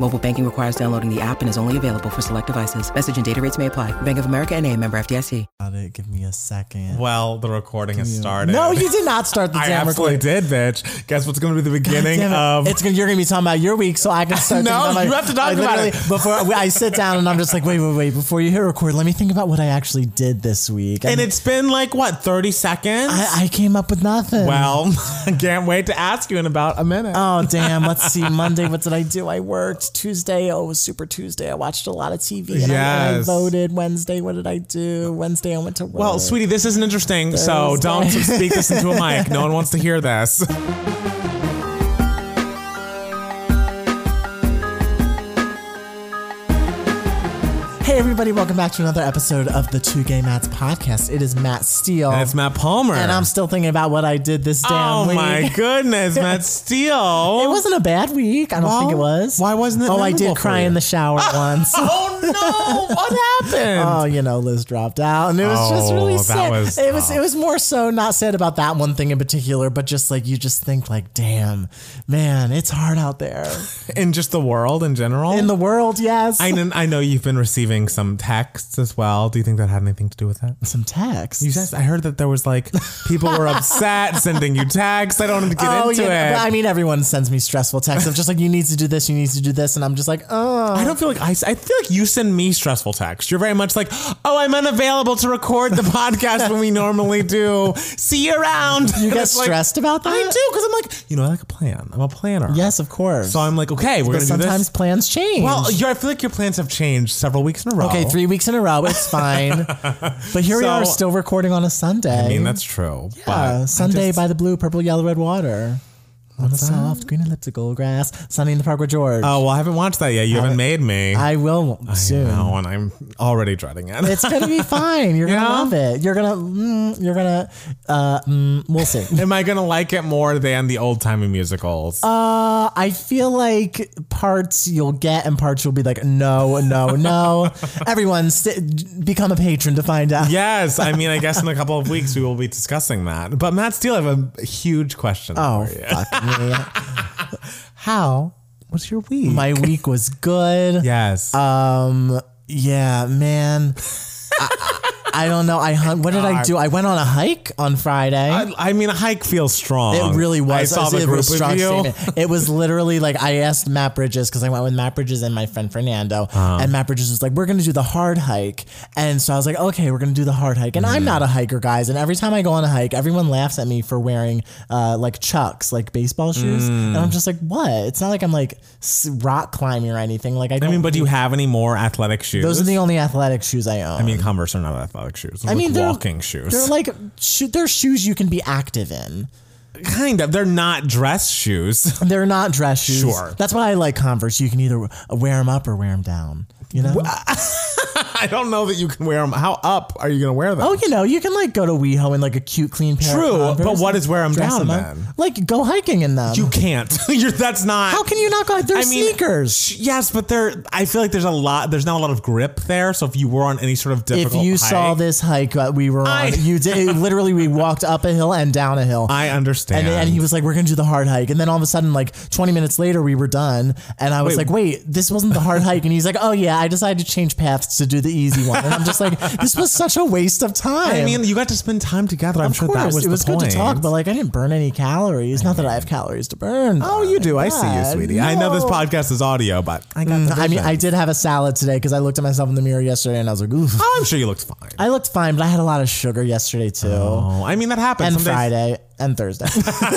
Mobile banking requires downloading the app and is only available for select devices. Message and data rates may apply. Bank of America and a member FDIC. Got it. Give me a second. Well, the recording has started. No, you did not start the I damn absolutely recording. did, bitch. Guess what's going to be the beginning Damn it. of? it's gonna, you're gonna be talking about your week, so I can start. No, thinking about my- you have to talk I about literally- it. before I sit down and I'm just like, wait, wait, wait. Before you hit record, let me think about what I actually did this week. and it's been like what thirty seconds. I, I came up with nothing. well, can't wait to ask you in about a minute. Oh damn! Let's see. Monday, what did I do? I worked. Tuesday, oh, it was Super Tuesday. I watched a lot of TV. And I, and I Yes. voted. Wednesday, what did I do? Wednesday, I went to work. well, sweetie, this isn't interesting, so Thursday. don't speak this into a mic. No one wants to hear this. Hey everybody, welcome back to another episode of the Two Gay Mats podcast. It is Matt Steele. And it's Matt Palmer. And I'm still thinking about what I did this damn Uh. Oh week. my goodness, Matt Steele. It wasn't a bad week. I don't Well, think it was. why wasn't it Oh, I did memorable for cry you? in the shower once. Oh no! What happened? Oh, you know, Liz dropped out, and it was just Oh, really that sad. was it was tough. it was more so not sad about that one thing in particular, but just like you just think like, damn, man, it's hard out there in just the world in general. in the world. Yes, Oh. I know, I know you've been receiving some texts as well. Do you think that had anything to do with that? some texts. You guys, I heard that there was like people were upset sending you texts. I don't want to get Oh, into you know, it. but I mean, everyone sends me stressful texts. I'm just like, you need to do this, you need to do this, and I'm just like, oh, I don't feel like I, I feel like you send me stressful texts. You're very much like, oh, I'm unavailable to record the podcast when we normally do. See you around. you And get it's like, stressed about that. I do because I'm like, you know, I like a plan. I'm a planner. Yes, of course. So I'm like, okay, we're but gonna do this. sometimes plans change. Well, you're, I feel like your plans have changed several weeks in a row. Okay, three weeks in a row. It's fine. but here we Oh. So- are, still recording on a Sunday. I mean, that's true. but I uh, Sunday just- by the blue, purple, yellow, red water. On the soft green elliptical grass. Sunny in the park with George. Oh well, I haven't watched that yet. You haven't made me. I will soon. know, and I'm already dreading it. It's gonna be fine. You're gonna Yeah? love it. You're gonna. Mm, you're gonna. Uh, mm, we'll see. Am I gonna like it more than the old timey musicals? Uh, I feel like parts you'll get and parts you'll be like, no, no, no. Everyone, st- become a patron to find out. yes, I mean, I guess in a couple of weeks we will be discussing that. But Matt Steele, I have a huge question. Oh, for you. fuck me. How? what's your week? My week was good. yes, Um. Yeah, man. I, I don't know. I hunt. What did I do? I went on a hike on Friday. I, I mean, a hike feels strong. it really was. I saw it the was a group strong of you. statement. It was literally like I asked Matt Bridges because I went with Matt Bridges and my friend Fernando, Uh-huh. and Matt Bridges was like, "We're going to do the hard hike," and so I was like, "Okay, we're going to do the hard hike." And Mm. I'm not a hiker, guys. And every time I go on a hike, everyone laughs at me for wearing uh, like Chucks, like baseball shoes, and Mm. I'm just like, "What?" It's not like I'm like s- rock climbing or anything. Like I, I don't mean, but do you have any more athletic shoes? those are the only athletic shoes I own. I mean, Converse are not athletic shoes. Those I are mean, like they're- walking shoes. They're like sho- they're shoes you can be active in. kind of. They're not dress shoes. They're not dress shoes. Sure. That's why I like Converse. You can either wear them up or wear them down. You know. uh, I don't know that you can wear them. How up are you gonna wear them? Oh, you know, you can like go to WeHo in like a cute, clean pair. True, of Converse but what and is wear 'em dress down, 'em up. then? Like go hiking in them. You can't. You're, that's not. How can you not go? They're I mean, sneakers. sh- Yes, but there. I feel like there's a lot. There's not a lot of grip there. So if you were on any sort of If difficult, you hike- saw this hike that we were on, I- you did literally we walked up a hill and down a hill. I understand. And, and he was like, "We're gonna do the hard hike." And then all of a sudden, like 20 minutes later, we were done. And I was Wait. like, "Wait, this wasn't the hard hike." And he's like, "Oh yeah, I decided to change paths to do the easy one." And I'm just like, "This was such a waste of time." I mean, you got to spend time together. I'm of sure course, that was it the was good point. to talk, but like, I didn't burn any calories. Not that I have calories to burn. oh, you do. I see you, God, sweetie. I know this no. podcast is audio, but I got. the Mm, I mean, vision. I did have a salad today because I looked at myself in the mirror yesterday and I was like, "Oof." Oh, I'm sure you looked fine. I looked fine, but I had a lot of sugar yesterday too, oh, I mean that happens. and Some days- Friday. and Thursday.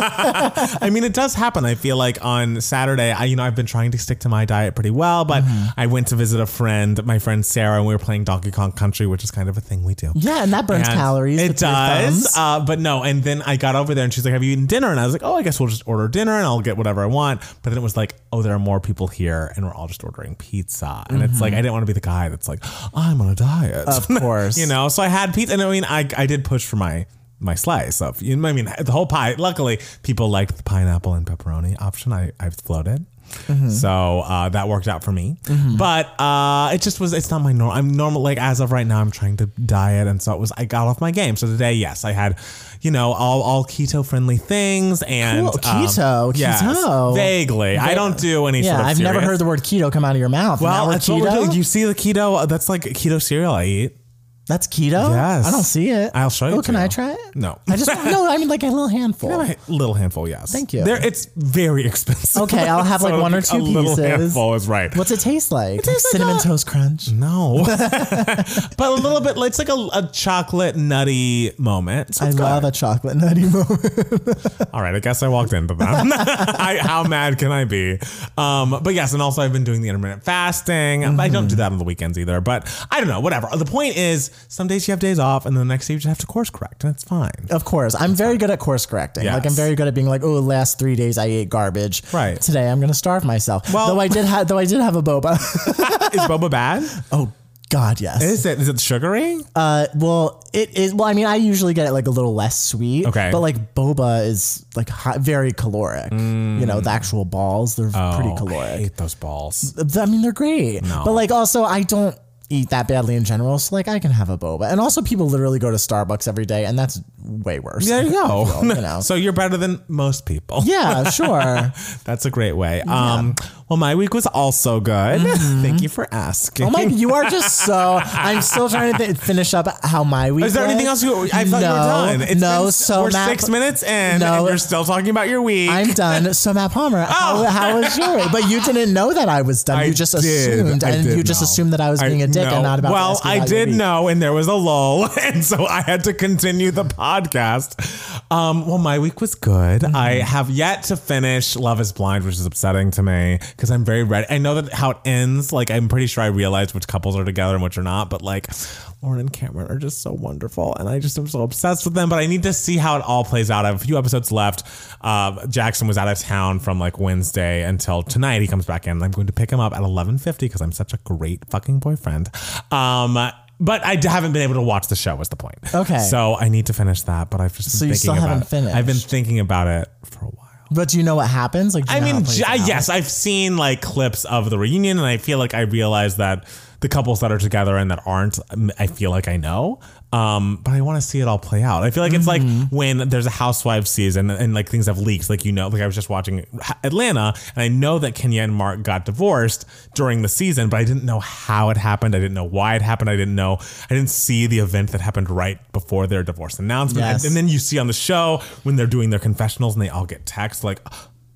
I mean, it does happen. I feel like on Saturday, I you know I've been trying to stick to my diet pretty well, but Mm-hmm. I went to visit a friend, my friend Sarah, and we were playing Donkey Kong Country, which is kind of a thing we do. yeah, and that burns And calories. It with your thumbs. does, uh, but no. And then I got over there, and she's like, "Have you eaten dinner?" And I was like, "Oh, I guess we'll just order dinner, and I'll get whatever I want." But then it was like, "Oh, there are more people here, and we're all just ordering pizza." And it's like, I didn't want to be the guy that's like, "I'm on a diet," Mm-hmm. Of course. you know. So I had pizza, and I mean, I I did push for my. My slice of, you know, I mean, the whole pie. Luckily, people liked the pineapple and pepperoni option. I, I floated, Mm-hmm. so uh, that worked out for me. But uh, it just was. It's not my normal. I'm normal. Like as of right now, I'm trying to diet, and so it was. I got off my game. So today, yes, I had, you know, all all keto friendly things and um, Cool. Keto. Keto. vaguely. I don't do any. sort Yeah, of I've never serious- heard the word keto come out of your mouth. Now Well, we're that's what we're keto? doing. Do you see the keto? That's like keto cereal I eat. That's keto. Yes. I don't see it. I'll show you Oh, can to I you. try it? No. I just no. I mean, like a little handful. A little handful, yes. Thank you. There, it's very expensive. Okay, I'll have, like, one or a two Little pieces. handful is right. What's it taste like? tastes like Cinnamon a- toast crunch. No, but a little bit. It's like a, a chocolate nutty moment. So I it's good. love a chocolate nutty moment. All right, I guess I walked into that. I, how mad can I be? Um, but yes, and also I've been doing the intermittent fasting. I Mm-hmm. don't do that on the weekends either. But I don't know. Whatever. The point is, some days you have days off, and then the next day you just have to course correct, and it's fine. Of course, I'm very good at course correcting. Like I'm Yes. very good at being like, oh, last three days I ate garbage. Right. Today I'm gonna starve myself. Well- though I did have though I did have a boba. is boba bad? oh God, yes. Is it? Is it sugary? Uh, well, it is. Well, I mean, I usually get it like a little less sweet. Okay. But like boba is like hot, very caloric. You know, the actual balls they're Uh, pretty Oh, I caloric. hate those balls. I mean, they're great. But like, also, I don't eat that badly in general, so like, I can have a boba. And also, people literally go to Starbucks every day, and that's way worse. There you go. you know. So you're better than most people. yeah, sure. That's a great way. Um, well, my week was also good. Thank you for Mm-hmm. asking. Oh my, you are just so. I'm still trying to th- finish up how my week. Is there went. anything else you? I thought you were done. It's no, been- so we're Matt- six minutes in, and No. you're still talking about your week. I'm done. So Matt Palmer, how, how was your? But you didn't know that I was done. Oh. I you just did. assumed, I and did you just know. assumed that I was being a dick know. and not about. to Well, ask you I about your did week. know, and there was a lull, and so I had to continue the podcast. Um, well, my week was good. I have yet to finish Love Is Blind, which is upsetting to me because I'm very ready. I know that how it ends. Like, I'm pretty sure I realized which couples are together and which are not. But like, Lauren and Cameron are just so wonderful, and I just am so obsessed with them. But I need to see how it all plays out. I have a few episodes left. Uh, Jackson was out of town from like Wednesday until tonight. He comes back in. I'm going to pick him up at 11:50 because I'm such a great fucking boyfriend. Um, but I d- haven't been able to watch the show. Is the point? Okay. So I need to finish that. But I've just been So you thinking still about haven't it. I've been finished? thinking about it for a while. But do you know what happens? Like, do you I know how mean, it plays j- I- out? yes, I've seen like clips of the reunion, and I feel like I realize that the couples that are together and that aren't, um, I feel like I know. Um, but I want to see it all play out. I feel like it's Mm-hmm. like when there's a housewives season and, and, like things have leaks, like you know, like I was just watching Atlanta, and I know that Kenya and Mark got divorced during the season, but I didn't know how it happened. I didn't know why it happened. I didn't know. I didn't see the event that happened right before their divorce announcement. Yes. And then then you see on the show when they're doing their confessionals and they all get texts like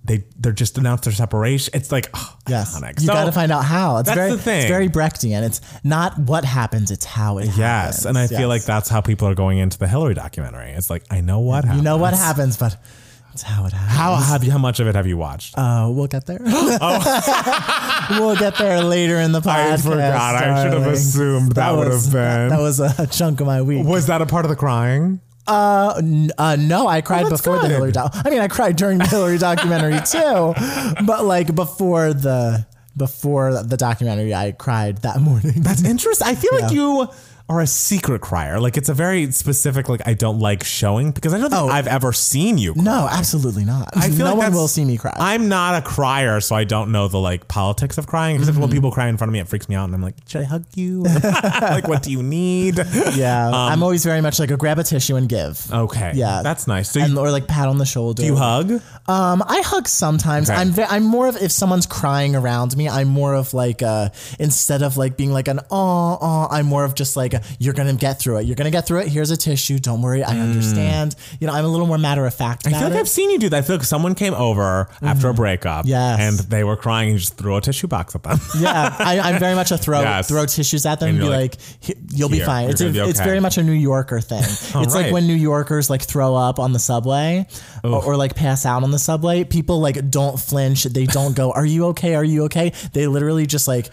they they're just announced their separation. It's like oh, Yes, iconic. you So- got to find out how. It's that's very, the thing. It's very Brechtian. It's not what happens; it's how it. Yes, and I feel like that's how people are going into the Hillary documentary. It's like I know what happened. you know what happens, but it's how it happens. How have you? How much of it have you watched? Uh, we'll get there. we'll get there later in the podcast. Oh. I forgot. I should have darling. assumed that would was- have been. That was a chunk of my week. was that a part of the crying? Uh, n- uh, no, I cried that's before the good. Hillary. Doc- I mean, I cried during the Hillary documentary too, but like before the before the documentary, I cried that morning. That's interesting. I feel like you are a secret crier. Like it's a very specific. Like I don't like showing because I don't think I've ever seen you. Cry. No, absolutely not. I feel Oh. no like one that's- will see me cry. I'm not a crier, so I don't know the like politics of crying. Except Mm-hmm. when people cry in front of me, it freaks me out, and I'm like, should I hug you? Um, like, what do you need? yeah, I'm always very much like a grab a tissue and give. Okay, Yeah. that's nice. So and you, or like pat on the shoulder. you hug? Um, I hug sometimes. Okay. I'm ve- I'm more of if someone's crying around me, I'm more of like uh instead of like being like an oh oh, I'm more of just like a, you're gonna get through it. You're gonna get through it. Here's a tissue. Don't worry, I understand. You know, I'm a little more matter of fact. Mm. I feel like I've seen you do that. I feel like someone came over after a breakup, Mm-hmm. Yes. and they were crying, and you just threw a tissue box at them. yeah, I, I'm very much a throw Yes. throw tissues at them and, And be you're like, like, "He- "You'll be "Here, fine." you're It's, gonna a, be it's okay." very much a New Yorker thing. it's like right. when New Yorkers like throw up on the subway or, or like pass out on the subway. People like don't flinch. They don't go, "Are you okay? Are you okay?" They literally just like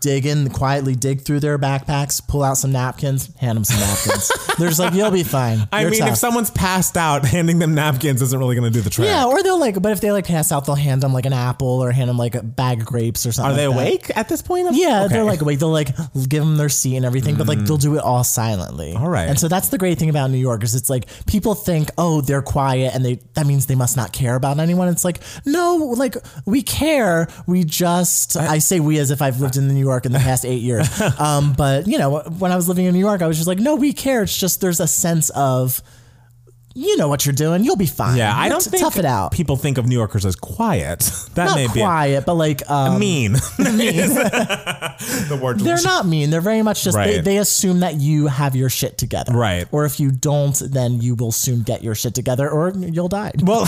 dig in quietly, dig through their backpacks, pull out some napkins, hand them some napkins. They're just like, "You'll be fine." I You're mean, tough." if someone's passed out, handing them napkins isn't really going to do the trick. yeah, or they'll like, but if they like pass out, they'll hand them like an apple or hand them like a bag of grapes or something. Are they like that. awake at this point? I'm- Yeah, Okay. they're like wait, they'll like give them their seat and everything, but like they'll do it all silently. All right. And so that's the great thing about New York is it's like people think, oh, they're quiet and they that means they must not care about anyone. It's like no, like we care. We just I say we as if I've lived in New York in the past eight years. Um, but you know when I was living in New York, I was just like, no, we care. It's just there's a sense of. You know what you're doing. You'll be fine. yeah. I don't T- think tough it out. people think of New Yorkers as quiet. That Not may be quiet, but like um, mean. the word They're not mean. They're very much just they, Right. they assume that you have your shit together. Right. Or if you don't, then you will soon get your shit together or you'll die. Well,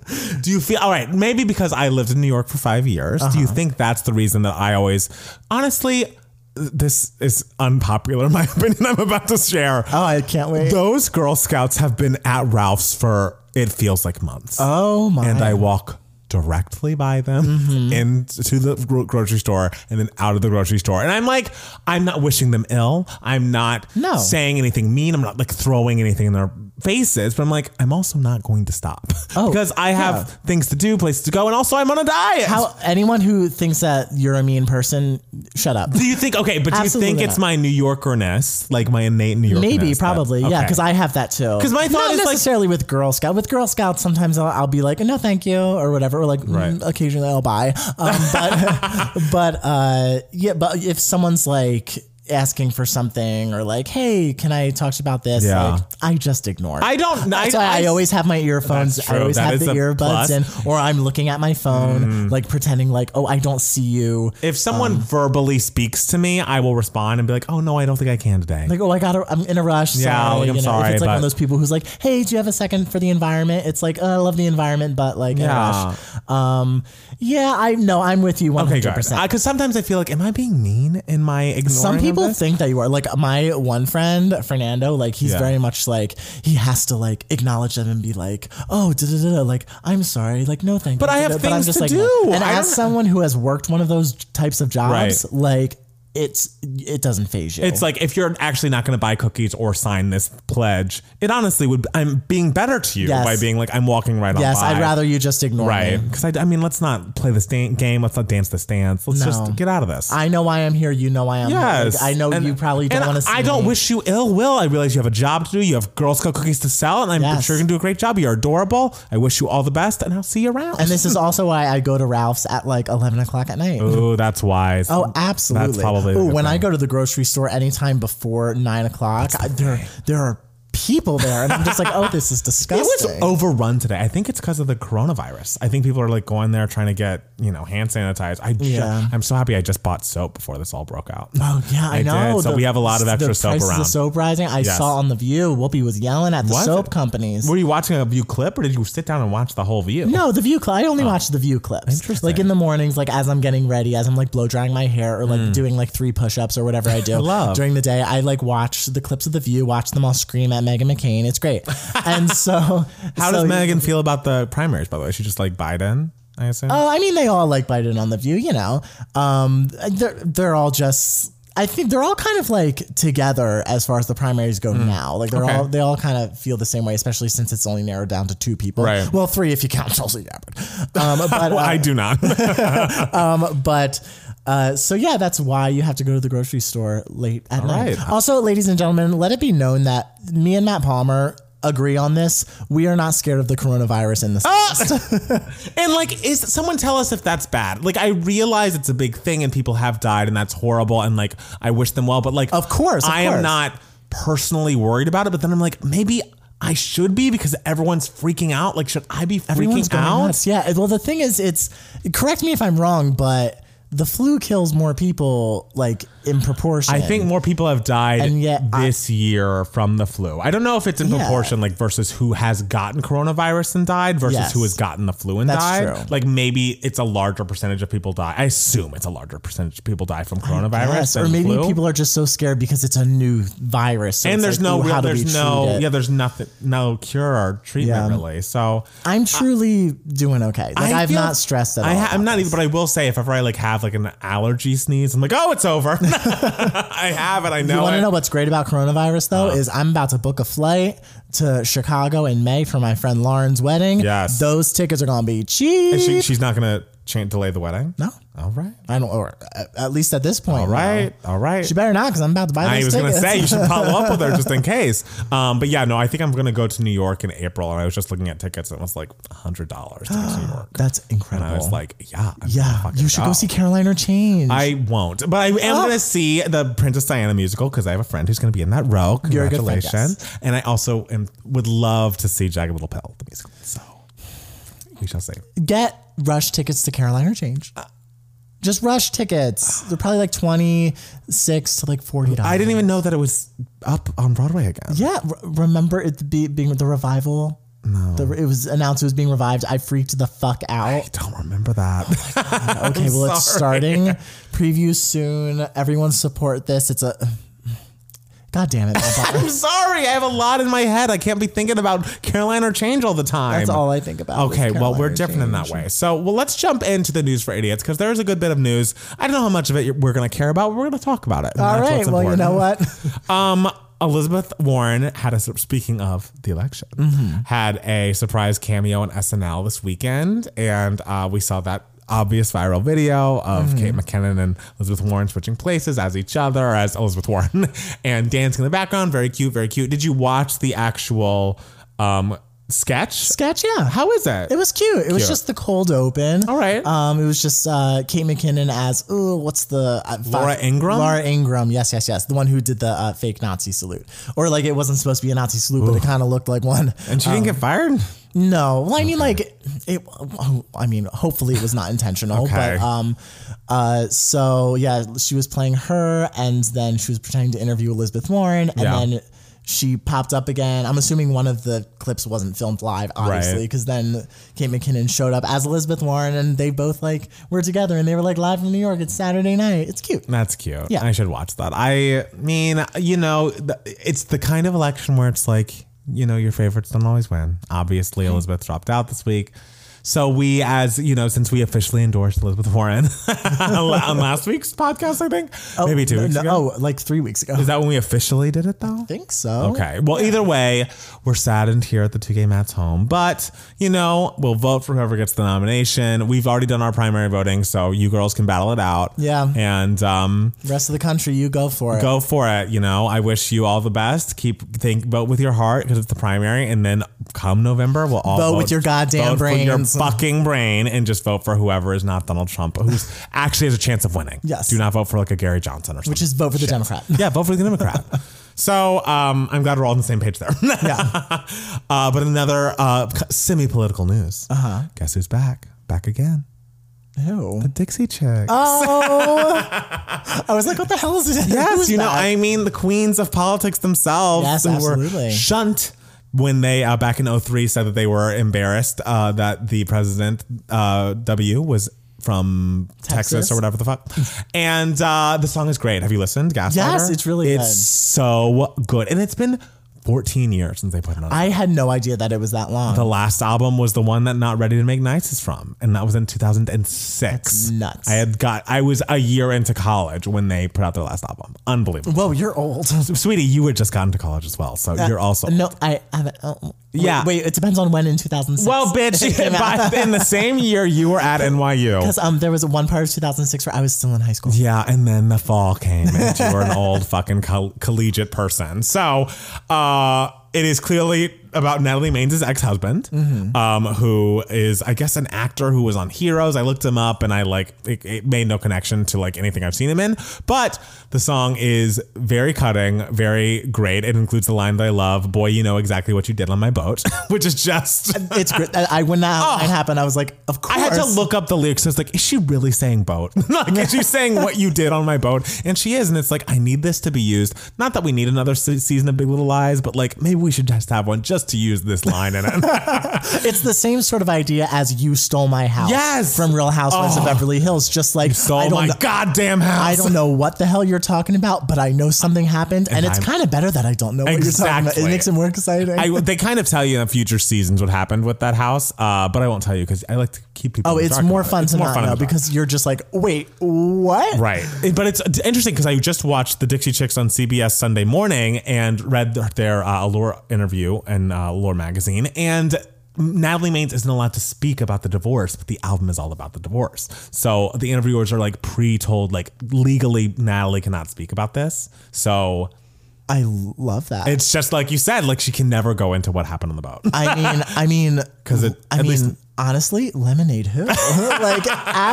do you feel all right? Maybe because I lived in New York for five years. Do you Uh-huh. think that's the reason that I always, honestly, this is unpopular, my opinion I'm about to share. Oh, I can't wait. Those Girl Scouts have been at Ralph's for it feels like months. oh my and I walk directly by them Mm-hmm. into the gro- grocery store and then out of the grocery store. And I'm like, I'm not wishing them ill. I'm not No. saying anything mean. I'm not like throwing anything in their faces, but I'm like, I'm also not going to stop Oh, because I have things to do, places to go, and also I'm on a diet. How anyone who thinks that you're a mean person, shut up. do you think? Okay, but do you Absolutely think it's not. my New Yorkerness, like my innate New Yorkerness? Maybe, that- probably, yeah, okay. because I have that too. 'Cause my thought not is, like- necessarily with Girl Scout. With Girl Scouts, sometimes I'll, I'll be like, no, thank you, or whatever, or like, Right. mm, occasionally I'll buy. Um, but, but uh, yeah, but if someone's like asking for something or like, hey, can I talk to you about this? Yeah. Like, I just ignore. it. I don't- That's I- why I, I- always have my earphones. That's I true. always That have is the a earbuds plus. Mm. in, or I'm looking at my phone, like pretending like, oh, I don't see you. If someone um, verbally speaks to me, I will respond and be like, "Oh no, I don't think I can today." Like, oh, I got to, I'm in a rush. Sorry. Yeah, like, I'm you know, If sorry, it's like one of but- those people who's like, hey, do you have a second for the environment? It's like, oh, I love the environment, but like, in a Yeah. rush. Um, yeah, I know, I'm with you 100%. Okay, good. Because sometimes I feel like, am I being mean in my ignoring? some of people this? think that you are like my one friend Fernando. Like he's Yeah. very much like he has to like acknowledge them and be like, oh, da da da. Like I'm sorry. Like no, thank you. But I have da-da-da." things to no. do. And I as don't- someone who has worked one of those types of jobs, Right. like it's it doesn't phase you. It's like if you're actually not going to buy cookies or sign this pledge, it honestly would. I'm being better to you Yes. by being like I'm walking right on. yes, by. I'd rather you just ignore Right, me. because I, I mean, let's not play this dan- game. Let's not dance this dance. Let's No. just get out of this. I know why I'm here. You know why I'm yes, here. Like, I know And- you probably don't and want to see I don't me. wish you ill will. I realize you have a job to do. You have Girl Scout cookies to sell, and I'm Yes. sure you're gonna do a great job. You're adorable. I wish you all the best, and I'll see you around. And this is also why I go to Ralph's at like 11 o'clock at night. oh, that's wise. Oh, absolutely. That's probably. Ooh, the when thing. I go to the grocery store anytime before nine o'clock, I, there there are people there, and I'm just like, oh, this is It was disgusting. overrun today. I think it's because of the coronavirus. I think people are like going there trying to get you know hand sanitized. I ju- Yeah. I'm so happy I just bought soap before this all broke out. Oh yeah, I, I know. did. So we have a lot of extra the soap prices around. Of soap rising. I Yes. saw on the View. Whoopi was yelling at the Was soap it? companies. Were you watching a view clip or did you sit down and watch the whole view? No, the view clip. I only watch the view clips. Oh. Interesting. Like in the mornings, like as I'm getting ready, as I'm like blow drying my hair or like doing like three push ups or whatever I do Mm. Love. during the day, I like watch the clips of the view, watch them all scream at Megan McCain. It's great. And so, How so, does Megan feel about the primaries? By the way, she just like Biden. I assume. Oh, I mean, they all like Biden on the View, you know. Um, they're they're all just. I think they're all kind of like together as far as the primaries go now. Like they're Mm. Okay. all they all kind of feel the same way, especially since it's only narrowed down to two people. Right. Well, three if you count Tulsi Gabbard. Um, but well, I do not. but uh, so yeah, that's why you have to go to the grocery store late at night. right. Also, ladies and gentlemen, let it be known that me and Matt Palmer agree on this. We are not scared of the coronavirus in this. Ah! and like, is someone tell us if that's bad? Like, I realize it's a big thing and people have died and that's horrible. And like, I wish them well, but like, Of course, of I course. am not personally worried about it. But then I'm like, maybe I should be because everyone's freaking out. Like, should I be freaking Everyone's going out? nuts. Yeah. Well, the thing is, it's correct me if I'm wrong, but the flu kills more people like in proportion. I think more people have died And yet I- this year from the flu. I don't know if it's in Yeah. proportion, like versus who has gotten coronavirus and died versus Yes. who has gotten the flu and That's died. true. Like maybe it's a larger percentage of people die. I assume it's a larger percentage of people die from coronavirus. Yes, or than maybe flu. people are just so scared because it's a new virus. so and it's there's like, no ooh, real, how do we there's no treat it? yeah there's nothing no cure or treatment Yeah. really so I'm truly doing okay. Like I have feel- not stressed at I all. ha- I'm about not this. even, but I will say if ever I like have like an allergy sneeze, I'm like, oh, it's over. I have it. I Uh-huh. know. You want it. to know what's great about coronavirus though is I'm about to book a flight to Chicago in May for my friend Lauren's wedding. Yes. those tickets are gonna be cheap. And she, she's not gonna cha- delay the wedding. no, All right. I don't. Or at- at least at this point, All no. right. All right. She better not because I'm about to buy. I those was tickets. gonna say you should follow up with her just in case. Um, but yeah, no, I think I'm gonna go to New York in April, and I was just looking at tickets, and it was like hundred dollars to get to New York. That's and I incredible. was like, yeah, I'm gonna yeah, fucking you should go see Carolina Change. I won't, but I am Oh. going to see the Princess Diana musical because I have a friend who's going to be in that row. You're a good friend, Congratulations! And I also am, would love to see Jagged Little Pill the musical. So we shall see. get rush tickets to Carolina Change. Uh, Just rush tickets. They're probably like twenty six to like forty dollars. I didn't even know that it was up on Broadway again. Yeah, re- remember it be, being the revival. No, the, it was announced it was being revived. I freaked the fuck I out. don't remember that. Oh Okay, well it's sorry. starting. Preview soon. Everyone support this. It's a. God damn it! Bob. I'm sorry. I have a lot in my head. I can't be thinking about Caroline or Change all the time. That's all I think about. is Okay, well, Caroline we're Change. different in that way. So, well, let's jump into the news for idiots because there is a good bit of news. I don't know how much of it you're- we're going to care about. but We're going to talk about it. and All that's right. what's Well, you important. know what? Um, Elizabeth Warren had a speaking of the election, Mm-hmm. had a surprise cameo on SNL this weekend, and uh, we saw that obvious viral video of Mm-hmm. Kate McKinnon and Elizabeth Warren switching places as each other, or as Elizabeth Warren, and dancing in the background. Very cute, very cute. Did you watch the actual um, sketch? Sketch. Yeah. How is it? It was cute. It was Cute. just the cold open. All right. Um, it was just uh, Kate McKinnon as oh, what's the uh, fi- Laura Ingram? Laura Ingram. Yes, yes, yes. The one who did the uh, fake Nazi salute, or like it wasn't supposed to be a Nazi salute, but it kind of looked like one. and she didn't um, get fired. No, well, I mean, like it, it. I mean, hopefully it was not intentional, Okay. but um, uh, so yeah, she was playing her, and then she was pretending to interview Elizabeth Warren, and Yeah. then she popped up again. I'm assuming one of the clips wasn't filmed live, obviously, Right. because then Kate McKinnon showed up as Elizabeth Warren, and they both like were together, and they were like live from New York. It's Saturday night. It's cute. That's cute. Yeah. I should watch that. I mean, you know, th- it's the kind of election where it's like, you know, your favorites don't always win. Obviously, Mm-hmm. Elizabeth dropped out this week. So we, as you know, since we officially endorsed Elizabeth Warren on last week's podcast, I think maybe two No, weeks no, ago. Oh, like three weeks ago. Is that when we officially did it though? I think so. Okay. Well, either way, we're saddened here at the Two Gay Mats home, but you know, we'll vote for whoever gets the nomination. We've already done our primary voting, so you girls can battle it out. Yeah. And um, Rest of the country, you go for it. go for it. You know, I wish you all the best. Keep think vote with your heart because it's the primary, and then come November, we'll all Vote with your goddamn vote with your brains. fucking brain, and just vote for whoever is not Donald Trump, who's actually has a chance of winning. Yes. do not vote for like a Gary Johnson or something. Which is vote for the Democrat. yeah, vote for the Democrat. So um, I'm glad we're all on the same page there. yeah. Uh, but another uh, semi-political news. Uh Uh-huh. huh. Guess who's back? Back again. Ew. The Dixie Oh, Chicks. I was like, what the hell is it? Oh. Yes, you know, I. I mean, the queens of politics themselves Yes, who were absolutely. shunt when they uh, back in 03 said that they were embarrassed uh, that the president uh, W was from Texas. Texas. or whatever the fuck. And uh, the song is great. Have you listened? Gaslighter? Yes, it's really it's good. so good, and it's been 14 years since they put it on. I had no idea that it was that long. the last album was the one that Not Ready to Make Nights is from, and that was in 2006. That's nuts. I had got I was a year into college when they put out their last album. Unbelievable. Whoa, you're old. Sweetie, you had just gotten to college as well, Uh, so you're also. No, I haven't. Oh, wait, Yeah. Wait, it depends on when in 2006. Well, bitch, by, in the same year you were at NYU. because um, there was one part of 2006 where I was still in high school. Yeah, and then the fall came, and you were an old fucking col- collegiate person. So, uh, it is clearly about Natalie Maines' ex husband, um, who is, I guess, an actor who was on Heroes. I looked him up and I like it, it made no connection to like anything I've seen him in. But the song is very cutting, very great. It includes the line that I love, "Boy, you know exactly what you did on my boat," which is just. It's great. I, I- when that line happened, I was like, of course. Oh. I had to look up the lyrics. I was like, is she really saying boat? like, is she saying what you did on my boat? And she is. And it's like, I need this to be used. Not that we need another se- season of Big Little Lies, but like, maybe we should just have one just to use this line in it. It's the same sort of idea as "You Stole My House" Yes. from Real Housewives of Beverly Hills. Just like I so, don't my know, goddamn house. I don't know what the hell you're talking about, but I know something happened, and, it's I'm- kind of better that I don't know what you're talking about. Exactly. It makes it more exciting. I, they kind of tell you in future seasons what happened with that house, uh, but I won't tell you because I like to keep people. oh, in the it's dark more about it. fun It's to more not fun in know the dark. because you're just like, wait, what? Right. It- But it's interesting because I just watched the Dixie Chicks on CBS Sunday morning and read their, their uh, Allure interview in uh, Allure magazine. And Natalie Maines isn't allowed to speak about the divorce, but the album is all about the divorce. So the interviewers are like pre told, like legally, Natalie cannot speak about this. So I love that. it's just like you said, like she can never go into what happened on the boat. I mean, I mean, because it- I at mean, least- honestly, lemonade who? like,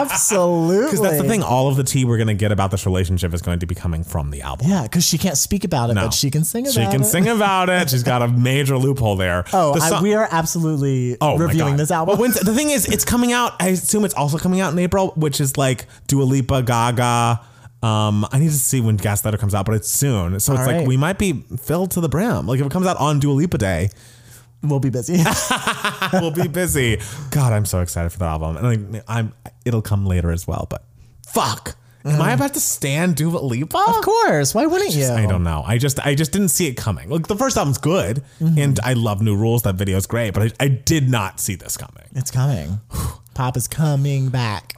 absolutely. Because that's the thing, all of the tea we're going to get about this relationship is going to be coming from the album. Yeah, because she can't speak about it, No. but she can sing about She can it. sing about it. She's got a major loophole there. Oh, The I, song- Oh we are absolutely my reviewing God. this album. Well, when's- the thing is, it's coming out. I assume it's also coming out in April, which is like Dua Lipa, Gaga. Um, I need to see when Gas Letter comes out, but it's soon. So it's All like right. we might be filled to the brim. Like if it comes out on Dua Lipa Day, we'll be busy. we'll be busy. God, I'm so excited for that album, and like, I'm it'll come later as well. But fuck, am I about to stand Dua Lipa? Mm. of course. Why wouldn't you? I don't know. I just I just didn't see it coming. Like the first album's good, Mm-hmm. and I love New Rules. That video's great, but I, I did not see this coming. It's coming. Pop is coming back.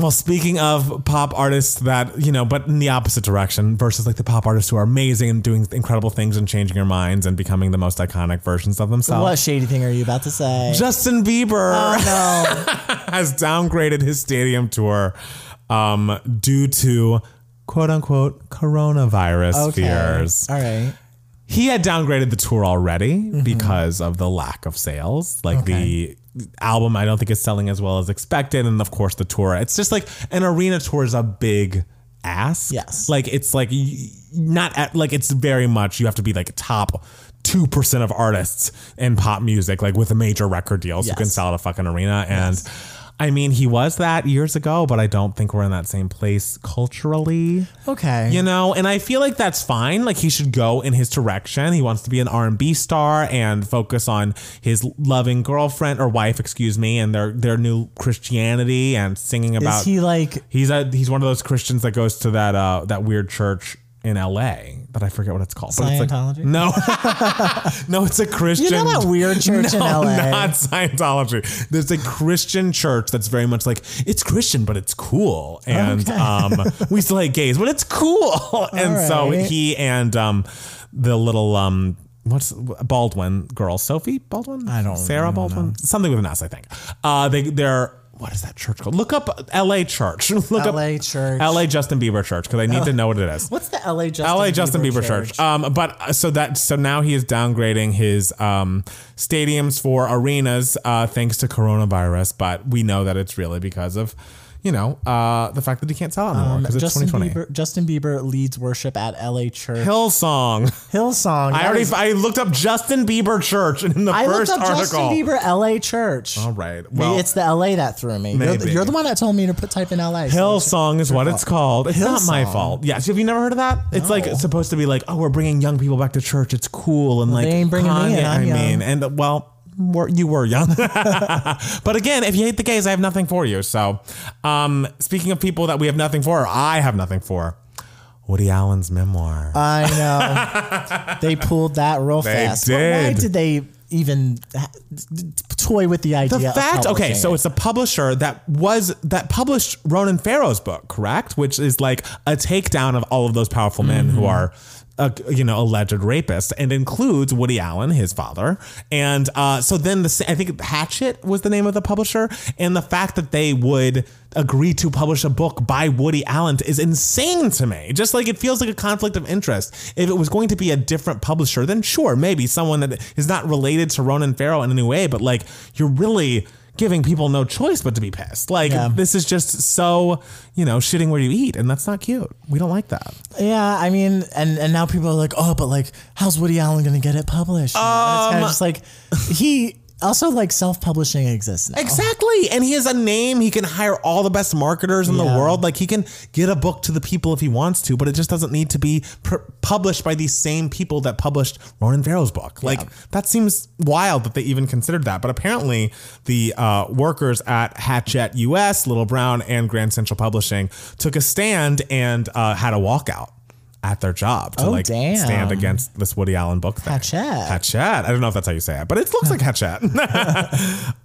Well, speaking of pop artists that, you know, but in the opposite direction versus like the pop artists who are amazing and doing incredible things and changing their minds and becoming the most iconic versions of themselves. What shady thing are you about to say? Oh, Justin Bieber no. has downgraded his stadium tour um, due to quote unquote coronavirus Okay. fears. All right. He had downgraded the tour already Mm-hmm. because of the lack of sales. Like the album, I don't think is selling as well as expected, and of course the tour. It's just like an arena tour is a big ass. Yes. like it's like y- not at, like it's very much you have to be like top. 2% of artists in pop music, like with a major record deal, so you can Yes. sell out a fucking arena. And I mean, he was that years ago, but I don't think we're in that same place culturally. Okay. You know, and I feel like that's fine. Like he should go in his direction. He wants to be an R&B star and focus on his loving girlfriend or wife, excuse me, and their their new Christianity and singing about is he like He's a he's one of those Christians that goes to that uh that weird church in LA that I forget what it's called. Scientology? But it's like, no. no, it's a Christian. you know that weird church in No, LA? Not Scientology. There's a Christian church that's very much like it's Christian, but it's cool, and um, we slay gays, but it's cool. and so right. he and um, the little um, what's Baldwin girl, Sophie Baldwin, I don't Sarah Baldwin, something with an S, I think. Uh, they they're. What is that church called? Look up LA Church. Look LA up Church. Oh. LA Justin Bieber Church because I need to know what it is. What's the LA Justin LA Justin Bieber, Church. church? Um, but uh, so that so now he is downgrading his um stadiums for arenas uh, thanks to coronavirus. But we know that it's really because of you know uh the fact that he can't sell it anymore because Oh, it's Um, Justin 2020. Bieber, Justin Bieber leads worship at LA Church. Hillsong. Hillsong. I that already is- I looked up Justin Bieber Church in the I looked first up article. Justin Bieber LA Church. All right. Maybe Well, it's the LA that threw me. You're the, maybe. you're the one that told me to put type in LA. so it's- Hillsong is what it's called. It's not my Hillsong. fault. Yes, have you never heard of that? It's like it's supposed to be like, oh, we're bringing young people back to church. It's cool and like they ain't bringing me in. I'm I mean, young. and uh, well, were, you were young, but again, if you hate the gays, I have nothing for you. So, um, speaking of people that we have nothing for, I have nothing for. Woody Allen's memoir. Uh, I know. they pulled that real They fast. But Why did. did they even ha- toy with the idea? the of fact, okay, publishing so it? it's a publisher that was that published Ronan Farrow's book, correct? Which is like a takedown of all of those powerful men who are a you know alleged rapist and includes Woody Allen, his father, and uh, so then the I think Hatchet was the name of the publisher, and the fact that they would agree to publish a book by Woody Allen is insane to me. Just like it feels like a conflict of interest. If it was going to be a different publisher, then sure, maybe someone that is not related to Ronan Farrow in any way, but like you're really giving people no choice but to be pissed. Like Yeah. this is just so, you know, shitting where you eat and that's not cute. We don't like that. Yeah, I mean, and and now people are like, oh, but like, how's Woody Allen gonna get it published? You know, and it's kind Um, of just like he also like self-publishing exists now. Exactly. And he has a name. He can hire all the best marketers in the Yeah. world. Like he can get a book to the people if he wants to, but it just doesn't need to be pr- published by these same people that published Ronan Farrow's book. Like that seems wild that they even considered that. But apparently, the uh, workers at Hatchet US, Little Brown, and Grand Central Publishing took a stand and uh, had a walkout. At their job to Oh, like damn. stand against this Woody Allen book thing. Hatchet. Hatchet. I don't know if that's how you say it, but it looks like Hatchet.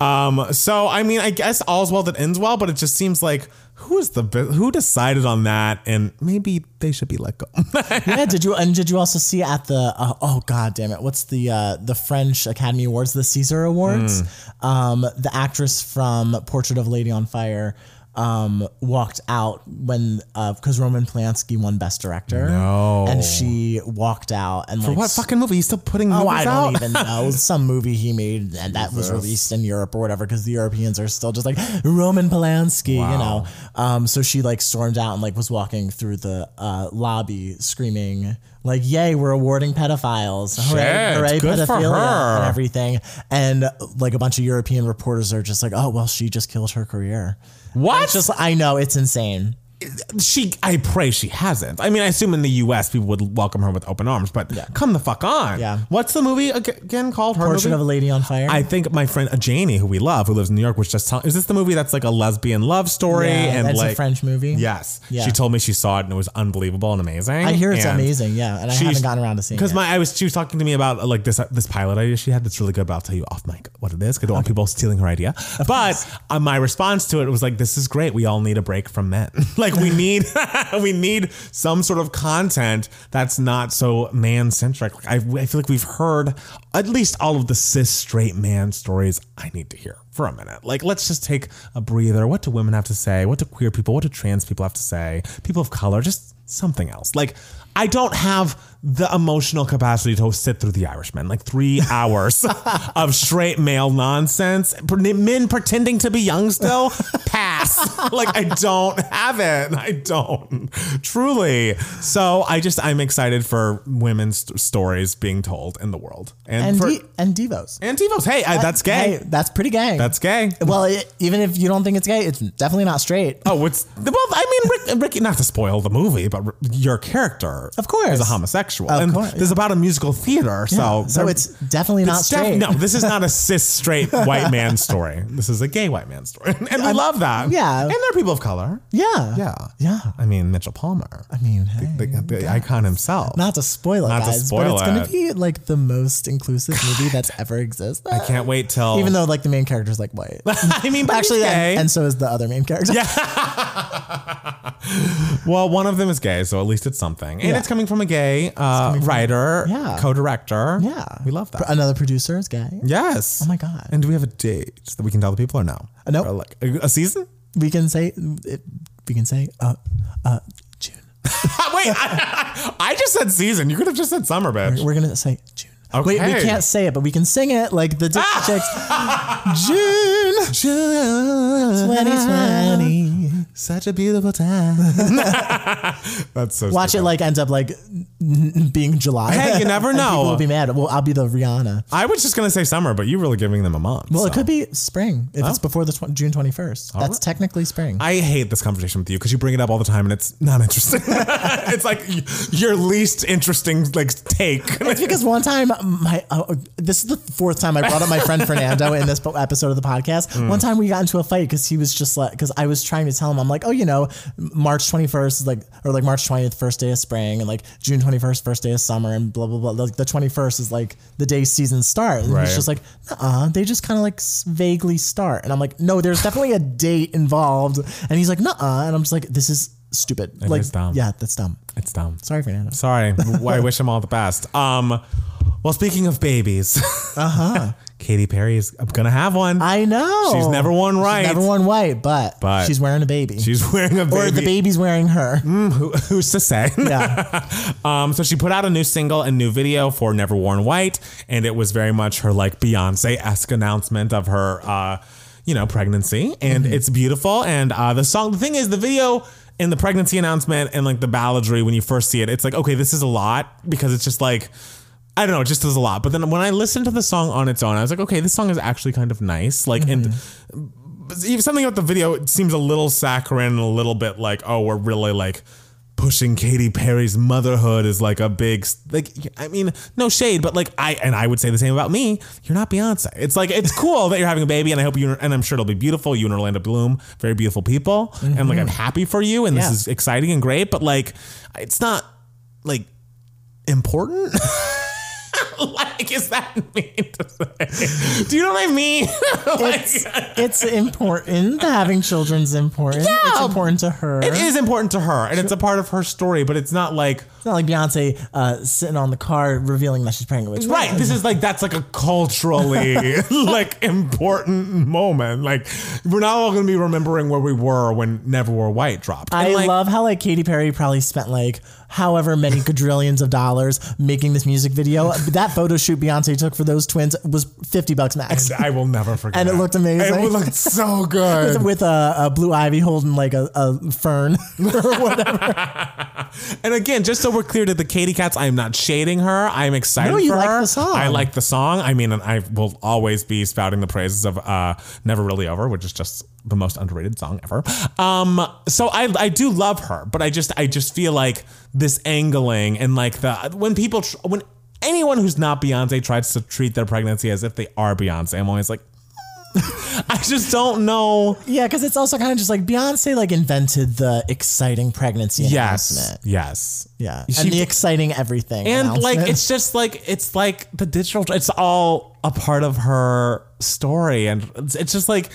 Um, so I mean, I guess all's well that ends well, but it just seems like who is the bi- who decided on that, and maybe they should be let go. yeah, did you and did you also see at the uh, oh god damn it, what's the uh, the French Academy Awards, the Caesar Awards? Mm. Um, the actress from Portrait of a Lady on Fire um, walked out when because Roman Polanski won Best Director, No. and she walked out and like what fucking movie? He's still putting movies Oh, I out. don't even know. Some movie he made and that was released in Europe or whatever, because the Europeans are still just like Roman Polanski, you know. Um, so she like stormed out and like was walking through the uh, lobby screaming like, "Yay, we're awarding pedophiles! Hooray, Shit, hooray, good for her. pedophilia and everything!" And like a bunch of European reporters are just like, "Oh, well, she just killed her career." What? It's just I know it's insane. she I pray she hasn't. I mean, I assume in the US people would welcome her with open arms, but come the fuck on. Yeah. What's the movie ag- again called? Her Portrait movie? of a Lady on Fire. I think my friend uh, Janie, who we love, who lives in New York, was just telling. Is this the movie that's like a lesbian love story Yeah, and that's like a French movie. Yes, Yeah. she told me she saw it and it was unbelievable and amazing. I hear it's And amazing. Yeah, and I she's- haven't gotten around to seeing it. Because my, I was, she was talking to me about uh, like this uh, this pilot idea she had that's really good. But I'll tell you off mic what it is. 'cause I don't want people stealing her idea. But uh, my response to it was like, "This is great. We all need a break from men. like we need we need some sort of content that's not so man centric. Like, I, I feel like we've heard at least all of the cis straight man stories. I need to hear for a minute. Like, let's just take a breather. What do women have to say? What do queer people? What do trans people have to say? People of color? Just something else. Like, I don't have the emotional capacity to sit through The Irishman, like three hours of straight male nonsense, men pretending to be young still. Pass. like I don't have it. I don't truly. So I just I'm excited for women's st- stories being told in the world and and for D- and Devos. and Devos. Hey, uh, that's gay. Hey, that's pretty gay. That's gay. well, it, even if you don't think it's gay, it's definitely not straight. Oh, it's well. I mean, Rick, Ricky. Not to spoil the movie, but r- your character, Of course. is a homosexual, Of and course. this is about a musical theater. so, so there- it's definitely not def- straight. no, this is not a cis straight white man story. This is a gay white man story, and we love that. yeah. and they're people of color. Yeah. yeah, Yeah. I mean, Mitchell Palmer, I mean, hey, the, the icon himself. not to spoil it, Not to guys, but it's spoil going it. to be like the most inclusive movie that's ever existed. I can't wait till. Even though like the main character's like white. I mean, but Actually, he's gay. and, and so is the other main character. Yeah. Well, one of them is gay, so at least it's something. And Yeah. it's coming from a gay uh, writer, Yeah. co director. Yeah. We love that. Another producer is gay. yes. Oh my God. Uh, And do we have a date that we can tell the people or no? no. Or like a, a season? We can say, it, we can say, uh, uh, June. Wait, I, I just said season. You could have just said summer, bitch. We're going to say June. Wait, we Okay. Ah! can't say it, but we can sing it like the Dixie Chicks. June. June 2020. Such a beautiful time. That's so Watch it like end up like n- n- being July. Hey, you never And know. People will be mad. Well, I'll be the Rihanna. I was just going to say summer, but you're really giving them a month. Well, so. Oh. it could be spring if it's before the tw- June twenty first. That's technically spring. I hate this conversation with you because you bring it up all the time and it's not interesting. it's like y- your least interesting like take. it's because one time my uh, this is the fourth time I brought up my friend Fernando in this po- episode of the podcast. Hmm. One time we got into a fight because he was just like because I was trying to tell him I'm like oh you know March 21st is like or like March 20th first day of spring and like June 21st first day of summer and blah blah blah like the 21st is like the day season start and Right. he's just like uh they just kind of like s- vaguely start and I'm like no there's definitely a date involved and he's like nuh and I'm just like this is stupid. It like is dumb. yeah, that's dumb. It's dumb. Sorry, Fernando. Sorry. Well, I wish him all the best. Um, well, speaking of babies, uh huh. Katy Perry is gonna have one. Uh-huh. I know. She's never worn right. She's never worn white, but, But- she's wearing a baby. She's wearing a baby. Or the baby's wearing her. Who, who's to say? Yeah. um, so she put out a new single and new video for Never Worn White, and it was very much her like Beyonce esque announcement of her, uh, you know, pregnancy, and it's beautiful. And uh, the song, the thing is, the video and the pregnancy announcement and like the balladry when you first see it, it's like okay, this is a lot because it's just like. I don't know, it just does a lot. But then when I listened to the song on its own, I was like, okay, this song is actually kind of nice. Like, and even something about the video it seems a little saccharine and a little bit like oh we're really like pushing Katy Perry's motherhood is like a big like I mean no shade but like I and I would say the same about me you're not Beyonce it's like it's cool that you're having a baby and I hope you and I'm sure it'll be beautiful you and Orlando Bloom very beautiful people and like I'm happy for you and Mm-hmm. Yeah. this is exciting and great but like it's not like important like is that mean to say do you know what I mean It's it's important. Having children's important. It's important to her. It is important to her, and it's a part of her story, but it's not like It's not like Beyonce uh, sitting on the car revealing that she's pregnant. Which right. This is like that's like a culturally like important moment. Like we're not all going to be remembering where we were when Never Wore White dropped. And, I like, love how like Katy Perry probably spent like however many quadrillions of dollars making this music video. That photo shoot Beyonce took for those twins was fifty bucks max. I will never forget. And it looked amazing. It looked so good. With a, a blue ivy holding like a, a fern. And again, just so we're clear to the Katy Cats, I am not shading her. I'm excited No, you for like her. the song. I like the song. I mean, and I will always be spouting the praises of uh, "Never Really Over," which is just the most underrated song ever. Um, so I I do love her, but I just I just feel like this angling and like the when people tr- when anyone who's not Beyonce tries to treat their pregnancy as if they are Beyonce, I'm always like. I just don't know. yeah, because it's also kind of just like Beyonce like invented the exciting pregnancy Yes. announcement. Yes. Yeah. She- and the exciting everything. and like announcement. it's just like it's like the digital it's all a part of her story and it's, it's just like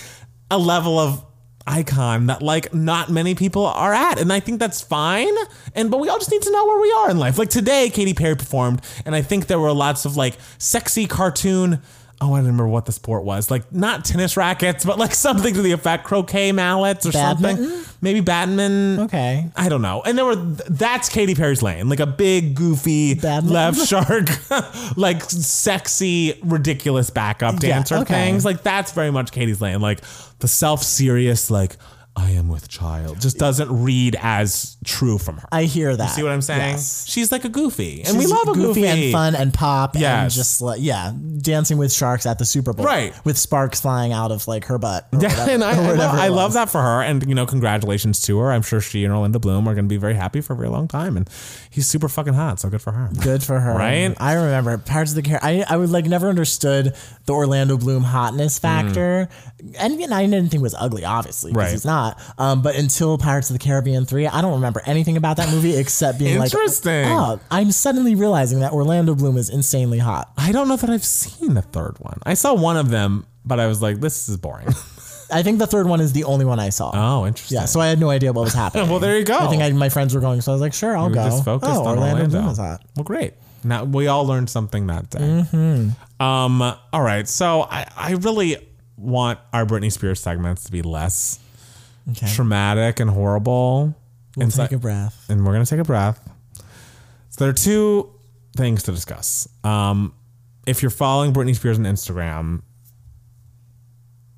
a level of icon that like not many people are at and i think that's fine and but we all just need to know where we are in life like today Katy perry performed and i think there were lots of like sexy cartoon Oh, I don't remember what the sport was. Like not tennis rackets, but like something to the effect croquet mallets or Badminton? something. Maybe badminton. Okay. I don't know. And there were that's Katy Perry's lane, like a big, goofy Bad left shark, like sexy, ridiculous backup dancer okay. things. Like that's very much Katie's lane. Like the self-serious, like I am with child, just doesn't read as true from her. I hear that. See what I'm saying? She's like a goofy, and we love a goofy, goofy, and fun and pop and Yes. just like yeah, dancing with sharks at the Super Bowl, Right. With sparks flying out of like her butt. or Yeah, whatever- and I, or I, love, whatever it I love was. that for her. And, you know, congratulations to her. I'm sure she and Orlando Bloom are going to be very happy for a very long time. And he's super fucking hot. So good for her. Good for her, Right? I remember Pirates of the Caribbean. I, I would like never understood the Orlando Bloom hotness Mm. factor, and, and I didn't think it was ugly, obviously, because Right. it's not. Um, but until Pirates of the Caribbean three, I don't remember anything about that movie except being like, Interesting. Oh, I'm suddenly realizing that Orlando Bloom is insanely hot. I don't know that I've seen the third one. I saw one of them, but I was like, this is boring. I think the third one is the only one I saw. Oh, interesting. Yeah, so I had no idea what was happening. Well, there you go. I think I, my friends were going, so I was like, sure, I'll we go. Oh, just focused on Orlando. Bloom is hot. Well, great. Now we all learned something that day. Mm-hmm. Um. All right. So I, I really want our Britney Spears segments to be less Okay. traumatic and horrible. and, so- Take a breath. and we're gonna take a breath. So there are two things to discuss. Um, if you're following Britney Spears on Instagram,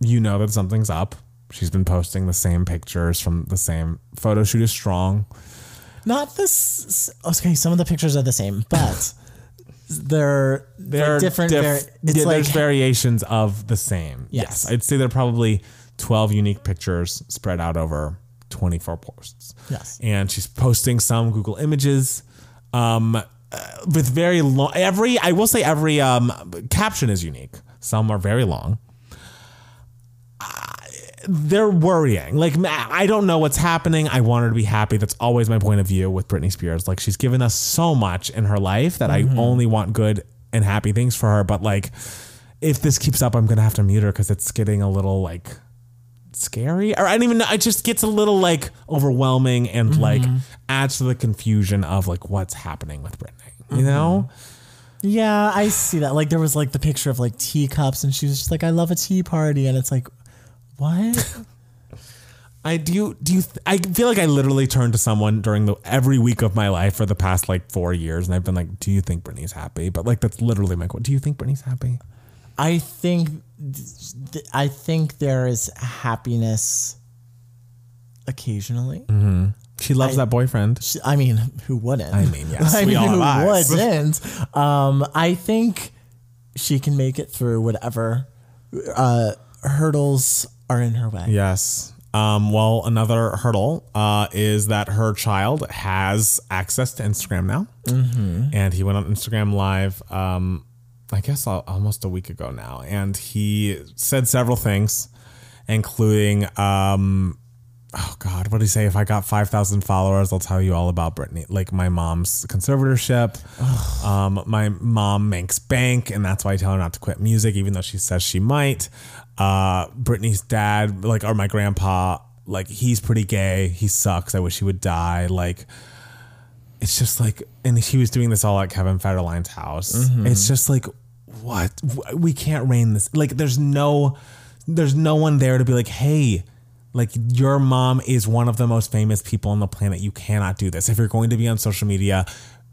you know that something's up. She's been posting the same pictures from the same photo shoot is strong. Not this. Okay, some of the pictures are the same, but they're they're, They're different. diff- vari- it's yeah, like there's variations of the same. Yes. I'd say there are probably 12 unique pictures spread out over 24 posts. Yes. And she's posting some Google images um, uh, with very long, every, I will say every um, caption is unique. Some are very long. I- They're worrying. Like, ma- I don't know what's happening. I want her to be happy. That's always my point of view with Britney Spears. Like, she's given us so much in her life that I only want good and happy things for her. But, like, if this keeps up, I'm going to have to mute her because it's getting a little, like, scary or I don't even know. It just gets a little like overwhelming and like adds to the confusion of like what's happening with Brittany. You know? Yeah, I see that. Like there was like the picture of like teacups, and she was just like, "I love a tea party," and it's like, what? I do you do you th- I feel like I literally turned to someone during the every week of my life for the past like 4 years and I've been like, "Do you think Brittany's happy?" But like that's literally my question. Do you think Brittany's happy? I think, th- I think there is happiness occasionally. She loves that boyfriend. She- I mean, who wouldn't? I mean, yes, we all who have eyes. wouldn't? Um, I think she can make it through whatever uh, hurdles are in her way. Yes. Um, well, another hurdle uh, is that her child has access to Instagram now, and he went on Instagram Live. Um, I guess al- almost a week ago now, and he said several things, including, um, oh God, what did he say? If I got five thousand followers, I'll tell you all about Brittany, like my mom's conservatorship. um, my mom makes bank, and that's why I tell her not to quit music, even though she says she might. Uh, Brittany's dad, like, or my grandpa, like, he's pretty gay. He sucks. I wish he would die. Like, it's just like, and he was doing this all at Kevin Federline's house. Mm-hmm. It's just like, what? We can't rein this. Like, there's no, there's no one there to be like, hey, like your mom is one of the most famous people on the planet. You cannot do this. If you're going to be on social media,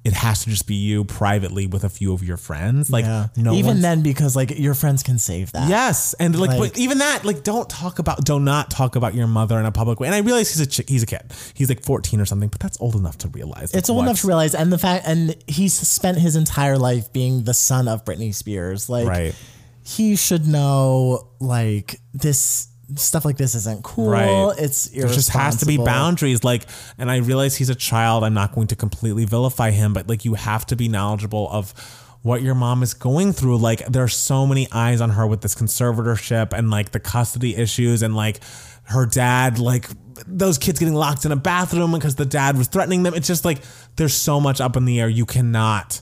it has to just be you privately with a few of your friends. Like, Yeah. no Even one's- then, because like your friends can save that. Yes, and like, Like- but even that, like, don't talk about, do not talk about your mother in a public way. And I realize he's a chick, he's a kid, he's like fourteen or something, but that's old enough to realize. like, It's old what- enough to realize, and the fact, and he's spent his entire life being the son of Britney Spears. Like, Right. he should know, like this stuff like this isn't cool. Right. It's There just has to be irresponsible. boundaries. Like, and I realize he's a child. I'm not going to completely vilify him, but like, you have to be knowledgeable of what your mom is going through. Like, there are so many eyes on her with this conservatorship and like the custody issues and like her dad, like those kids getting locked in a bathroom because the dad was threatening them. It's just like there's so much up in the air. You cannot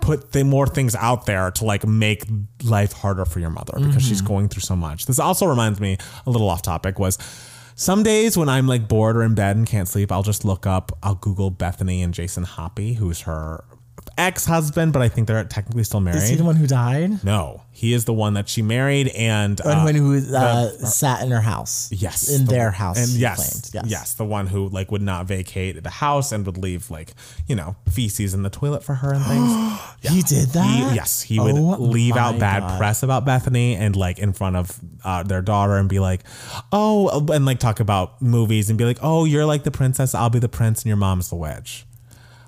put the more things out there to like make life harder for your mother because she's Mm-hmm. going through so much. This also reminds me a little off topic was some days when I'm like bored or in bed and can't sleep, I'll just look up, I'll Google Bethany and Jason Hoppy, who's her ex-husband, but I think they're technically still Is he married. the one who died? no, he is the one that she married and Oh, And uh, when who uh, sat in her house? Yes, in the- their house. And he yes, claimed. yes, the one who like would not vacate the house and would leave like you know feces in the toilet for her and things. He did that. He, yes, he would Oh leave out my bad God. press about Bethany and like in front of uh, their daughter and be like, oh, and like talk about movies and be like, oh, you're like the princess, I'll be the prince, and your mom's the witch.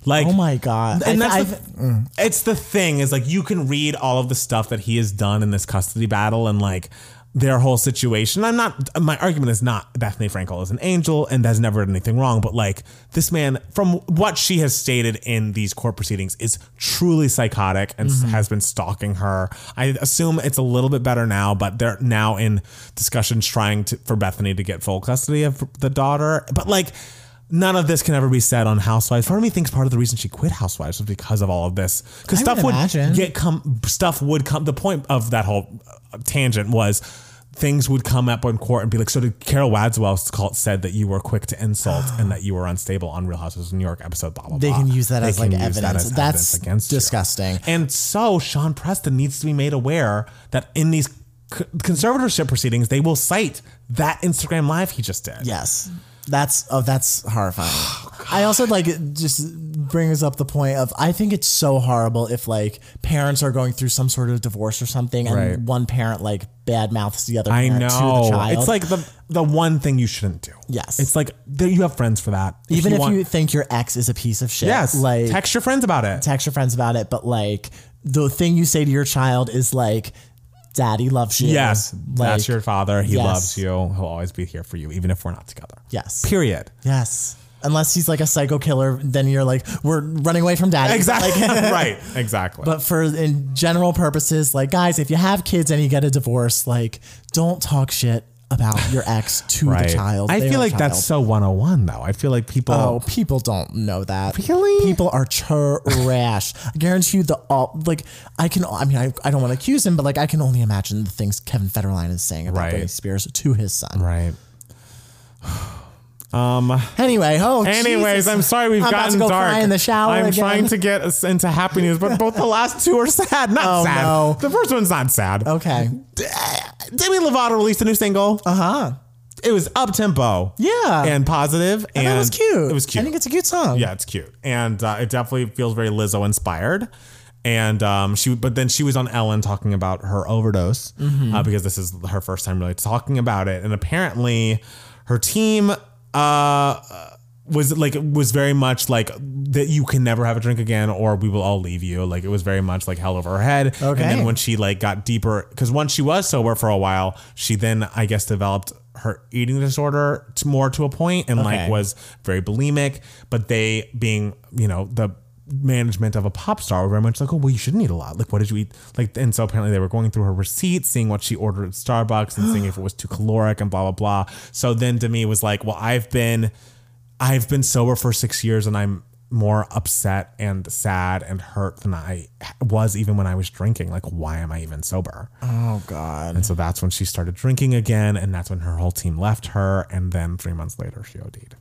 Like, Oh my god. and I, that's the, it's the thing is like you can read all of the stuff that he has done in this custody battle and like their whole situation. I'm not my argument is not Bethany Frankel is an angel and has never done anything wrong, but like this man, from what she has stated in these court proceedings, is truly psychotic and has been stalking her. I assume it's a little bit better now, but they're now in discussions trying to, for Bethany to get full custody of the daughter. But like none of this can ever be said on Housewives. Part of me thinks part of the reason she quit Housewives was because of all of this. Because I stuff would would imagine. get come, stuff would come. The point of that whole uh, tangent was things would come up in court and be like, so did Carol Wadswell call, said that you were quick to insult and that you were unstable on Real Houses of New York episode, blah, blah, they blah. can use that ah, They as like can use evidence. that as That's evidence against you. disgusting. And so Sean Preston needs to be made aware that in these c- conservatorship proceedings, they will cite that Instagram live he just did. Yes. That's oh, that's horrifying. Oh, I also like it just brings up the point of I think it's so horrible if like parents are going through some sort of divorce or something, and Right. one parent like bad mouths the other. I Parent know. To the child. It's like the the one thing you shouldn't do. Yes. It's like there, you have friends for that. even if want- you think your ex is a piece of shit. yes, Like text your friends about it. text your friends about it, but like the thing you say to your child is like, "Daddy loves you." yes, Like, that's your father. He yes. loves you. He'll always be here for you, even if we're not together. Yes. Period. Yes. Unless he's like a psycho killer, then you're like, "We're running away from daddy." Exactly. Like, right. Exactly. but for in general purposes, like guys, if you have kids and you get a divorce, like don't talk shit about your ex to right. the child. I They feel are a like that's child. so 101, though. I feel like people. Oh, people don't know that. Really? People are trash. I guarantee you the all like I can I mean I, I don't want to accuse him, but like I can only imagine the things Kevin Federline is saying about Right. Britney Spears to his son. Right. Um. Anyway, oh, Anyways, Jesus. I'm sorry we've I'm about gotten to go dark. Cry in the shower. I'm again. trying to get us into happy news, but both the last two are sad. Not Oh, sad. no. The first one's not sad. Okay. Demi Lovato released a new single. Uh huh. It was up tempo. Uh-huh. Yeah. And positive. And And, that was cute. It was cute. I think it's a cute song. yeah, it's cute, and uh, it definitely feels very Lizzo inspired. And um, she, but then she was on Ellen talking about her overdose Mm-hmm. uh, because this is her first time really talking about it, and apparently, her team. Uh, was like was very much like that you can never have a drink again or we will all leave you like it was very much like hell over her head Okay. and then when she like got deeper because once she was sober for a while she then i guess developed her eating disorder to more to a point and like Okay. was very bulimic but they being you know the management of a pop star were very much like oh well you shouldn't eat a lot like what did you eat like and so apparently they were going through her receipts seeing what she ordered at starbucks and seeing if it was too caloric and blah blah blah so then demi was like well i've been I've been sober for six years and I'm more upset and sad and hurt than I was even when I was drinking. Like, why am I even sober? Oh God. And so that's when she started drinking again. And that's when her whole team left her. And then three months later, she OD'd.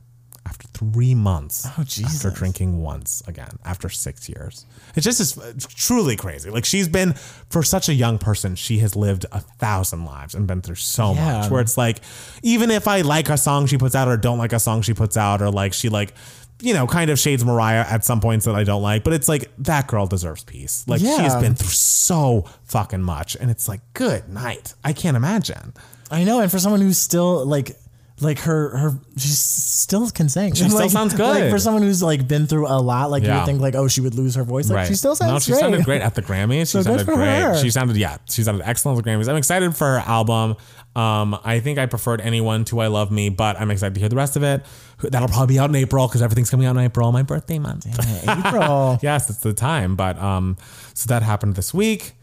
After three months, oh, Jesus. after drinking once again, after six years, it's just it's it's truly crazy. Like she's been for such a young person, she has lived a thousand lives and been through so Yeah. much. Where it's like, even if I like a song she puts out or don't like a song she puts out, or like she like, you know, kind of shades Mariah at some points that I don't like, but it's like that girl deserves peace. Like she has Yeah. been through so fucking much, and it's like, good night. I can't imagine. I know, and for someone who's still like. Like her, her, she s- still can sing. She still like, sounds good. Like for someone who's like been through a lot, like you Yeah. would think like, oh, she would lose her voice. Like she still sounds no, she great. sounded great at the Grammys. She good sounded for great. her. She sounded yeah, she sounded excellent at the Grammys. I'm excited for her album. Um, I think I preferred anyone to I Love Me, but I'm excited to hear the rest of it. That'll probably be out in April because everything's coming out in April, my birthday month. April. yes, it's the time. But um, so that happened this week.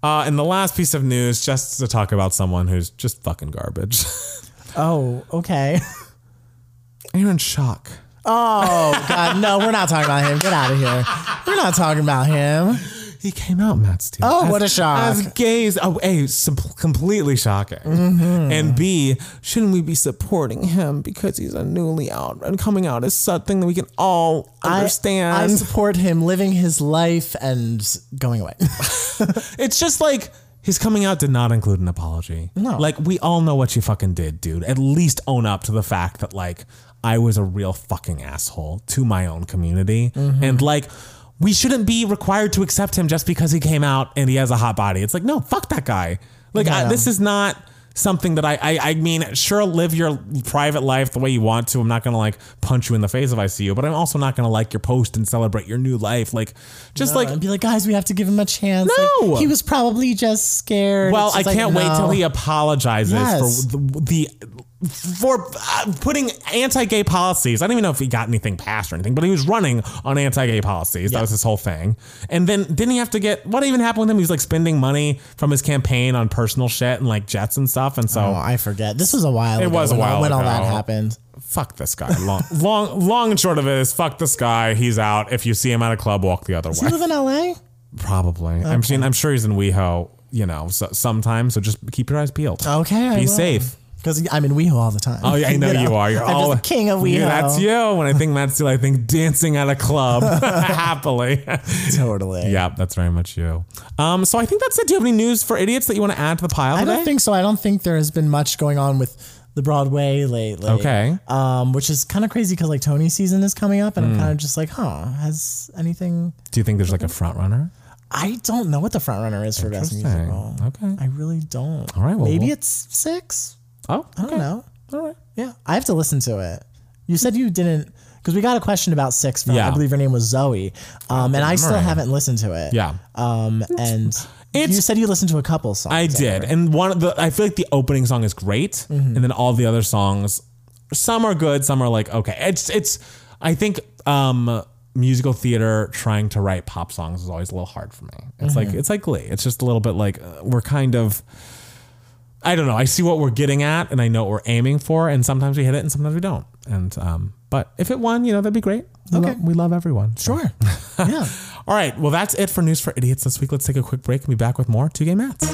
Uh, and the last piece of news, just to talk about someone who's just fucking garbage. oh, okay. Aaron Shock. Oh God, no, we're not talking about him. Get out of here. We're not talking about him. He came out, Matt Steele. Oh, what a shock. As gays, oh, A, sim- completely shocking. Mm-hmm. And B, shouldn't we be supporting him because he's a newly out and coming out is something that we can all I- understand? I, support him living his life and going away. it's just like his coming out did not include an apology. No. Like, we all know what you fucking did, dude. At least own up to the fact that, like, I was a real fucking asshole to my own community. Mm-hmm. And, like, we shouldn't be required to accept him just because he came out and he has a hot body. It's like, no, fuck that guy. Like, I, Yeah. this is not something that I, I, I mean, sure, live your private life the way you want to. I'm not going to, like, punch you in the face if I see you, but I'm also not going to like your post and celebrate your new life. Like, just like, I'd be like, guys, we have to give him a chance. Like, No! he was probably just scared. Well, It's I just like, can't wait no. till he apologizes Yes. for the, the for uh, putting anti-gay policies. I don't even know if he got anything passed or anything, but he was running on anti-gay policies. That was his whole thing. And then didn't he have to get what even happened with him? He was like spending money from his campaign on personal shit and like jets and stuff. And so Oh, I forget. This was a while. It ago was a when, while when all that ago. happened. fuck this guy. Long, long, long and short of it is fuck this guy. He's out. If you see him at a club, walk the other Do way. you live in L.A.? Probably. I'm sure. I'm sure he's in WeHo. You know, so, sometimes. So just keep your eyes peeled. Okay, I Be will. safe. Because I'm in WeHo all the time. Oh yeah, I know you, are. You're I'm all just the king of WeHo. Yeah, that's you. When I think Matt Steele, I think dancing at a club happily. Totally. yeah, that's very much you. Um, so I think that's it. Do you have any news for idiots that you want to add to the pile I today? don't think so. I don't think there has been much going on with the Broadway lately. Okay. Um, which is kind of crazy because like Tony season is coming up, and Hmm. I'm kind of just like, huh, has anything? Do you think there's like a front runner? I don't know what the front runner is for best Interesting. musical. Okay. I really don't. All right, well, Maybe we'll- it's six. Oh, I don't know. all right. Yeah, I have to listen to it. You said you didn't because we got a question about six from Yeah. I believe her name was Zoe, um, and I still memory. haven't listened to it. Yeah. Um, and you said you listened to a couple songs. Mm-hmm. I did, and one of the I feel like the opening song is great, and then all the other songs, some are good, some are like okay. It's it's I think um musical theater trying to write pop songs is always a little hard for me. It's Mm-hmm. like it's like Glee. It's just a little bit like uh, we're kind of. I don't know. I see what we're getting at, and I know what we're aiming for, and sometimes we hit it, and sometimes we don't. And um, but if it won, you know, that'd be great. We Okay. lo- we love everyone. Sure. yeah. All right. Well, that's it for news for idiots this week. Let's take a quick break and be back with more two game mats.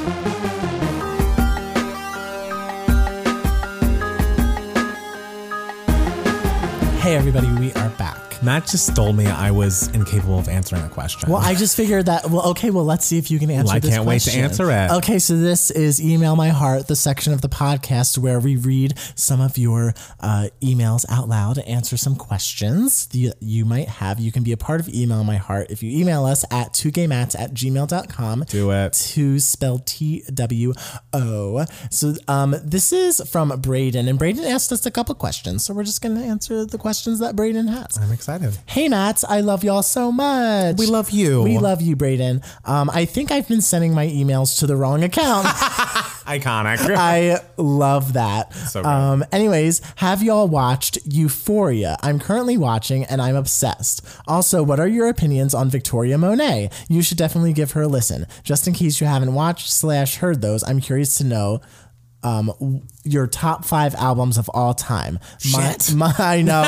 Hey, everybody, we are back. Matt just stole me. I was incapable of answering a question. Well, I just figured that. Well, okay. Well, let's see if you can answer. Well, I this can't wait to question. answer it. Okay, so this is email my heart, the section of the podcast where we read some of your uh, emails out loud, answer some questions that you, you might have. You can be a part of email my heart if you email us at two gaymats at gmail.com. do it. To spell T W O. So um, this is from Braden, and Braden asked us a couple questions. So we're just going to answer the questions that Braden has. I'm excited. Hey, Mats, I love y'all so much. We love you. We love you, Brayden. Um, I think I've been sending my emails to the wrong account. Iconic. I love that. So good. um, anyways, have y'all watched Euphoria? I'm currently watching and I'm obsessed. Also, what are your opinions on Victoria Monet? You should definitely give her a listen. Just in case you haven't watched slash heard those, I'm curious to know. Um, w- your top five albums of all time. Shit. My, my, I know.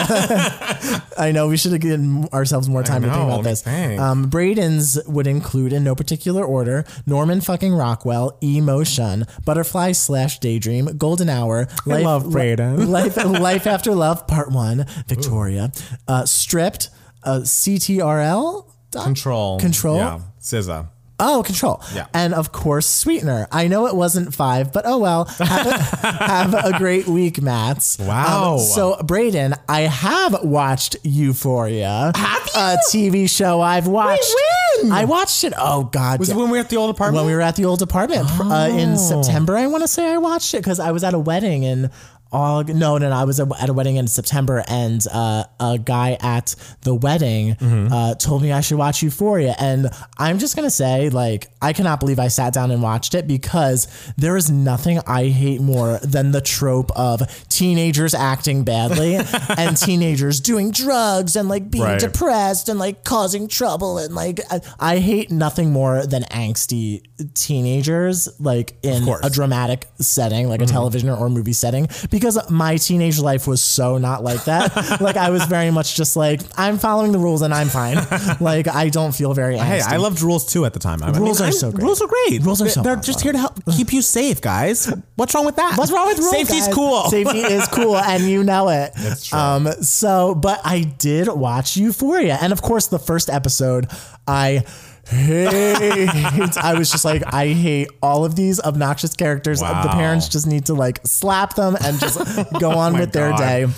I know. We should have given ourselves more time to think know, about let me this. think. Um, Braden's would include, in no particular order, Norman fucking Rockwell, Emotion, Butterfly slash Daydream, Golden Hour, Life, love Brayden. Life, Life After Love, Part One, Victoria, uh, Stripped, uh, CTRL. Control. Control? Yeah. SZA. Oh, control. Yeah. And of course, sweetener. I know it wasn't five, but oh well. Have a, have a great week, Mats. Um, Wow. so, Brayden, I have watched Euphoria, a TV show I've watched. when? I watched it. Oh God. Was yeah. it when we were at the old apartment? Oh. when we were at the old apartment pr- uh, in September, I want to say I watched it because I was at a wedding in August. No, no, no, I was at a wedding in September, and uh, a guy at the wedding Mm-hmm. uh, told me I should watch Euphoria. And I'm just gonna say, like, I cannot believe I sat down and watched it because there is nothing I hate more than the trope of teenagers acting badly and teenagers doing drugs and like being Right. depressed depressed and like causing trouble and like I, I hate nothing more than angsty teenagers like in course. Mm-hmm. a dramatic setting like a television or, or movie setting because my teenage life was so not like that like I was very much just like I'm following the rules and I'm fine like I don't feel very angsty Hey, I loved rules too at the time. I Rules are I'm- so great. Rules are great. Rules are They're- so They're much just fun. here to help keep you safe, guys. What's wrong with that? What's wrong with rules? Safety's guys? cool. Safety is cool, and you know it. That's true. Um, so, but I did watch Euphoria, and of course, the first episode, I. hate. I was just like, I hate all of these obnoxious characters. The Wow. parents just need to like slap them and just go on with their God. Mm-hmm. day.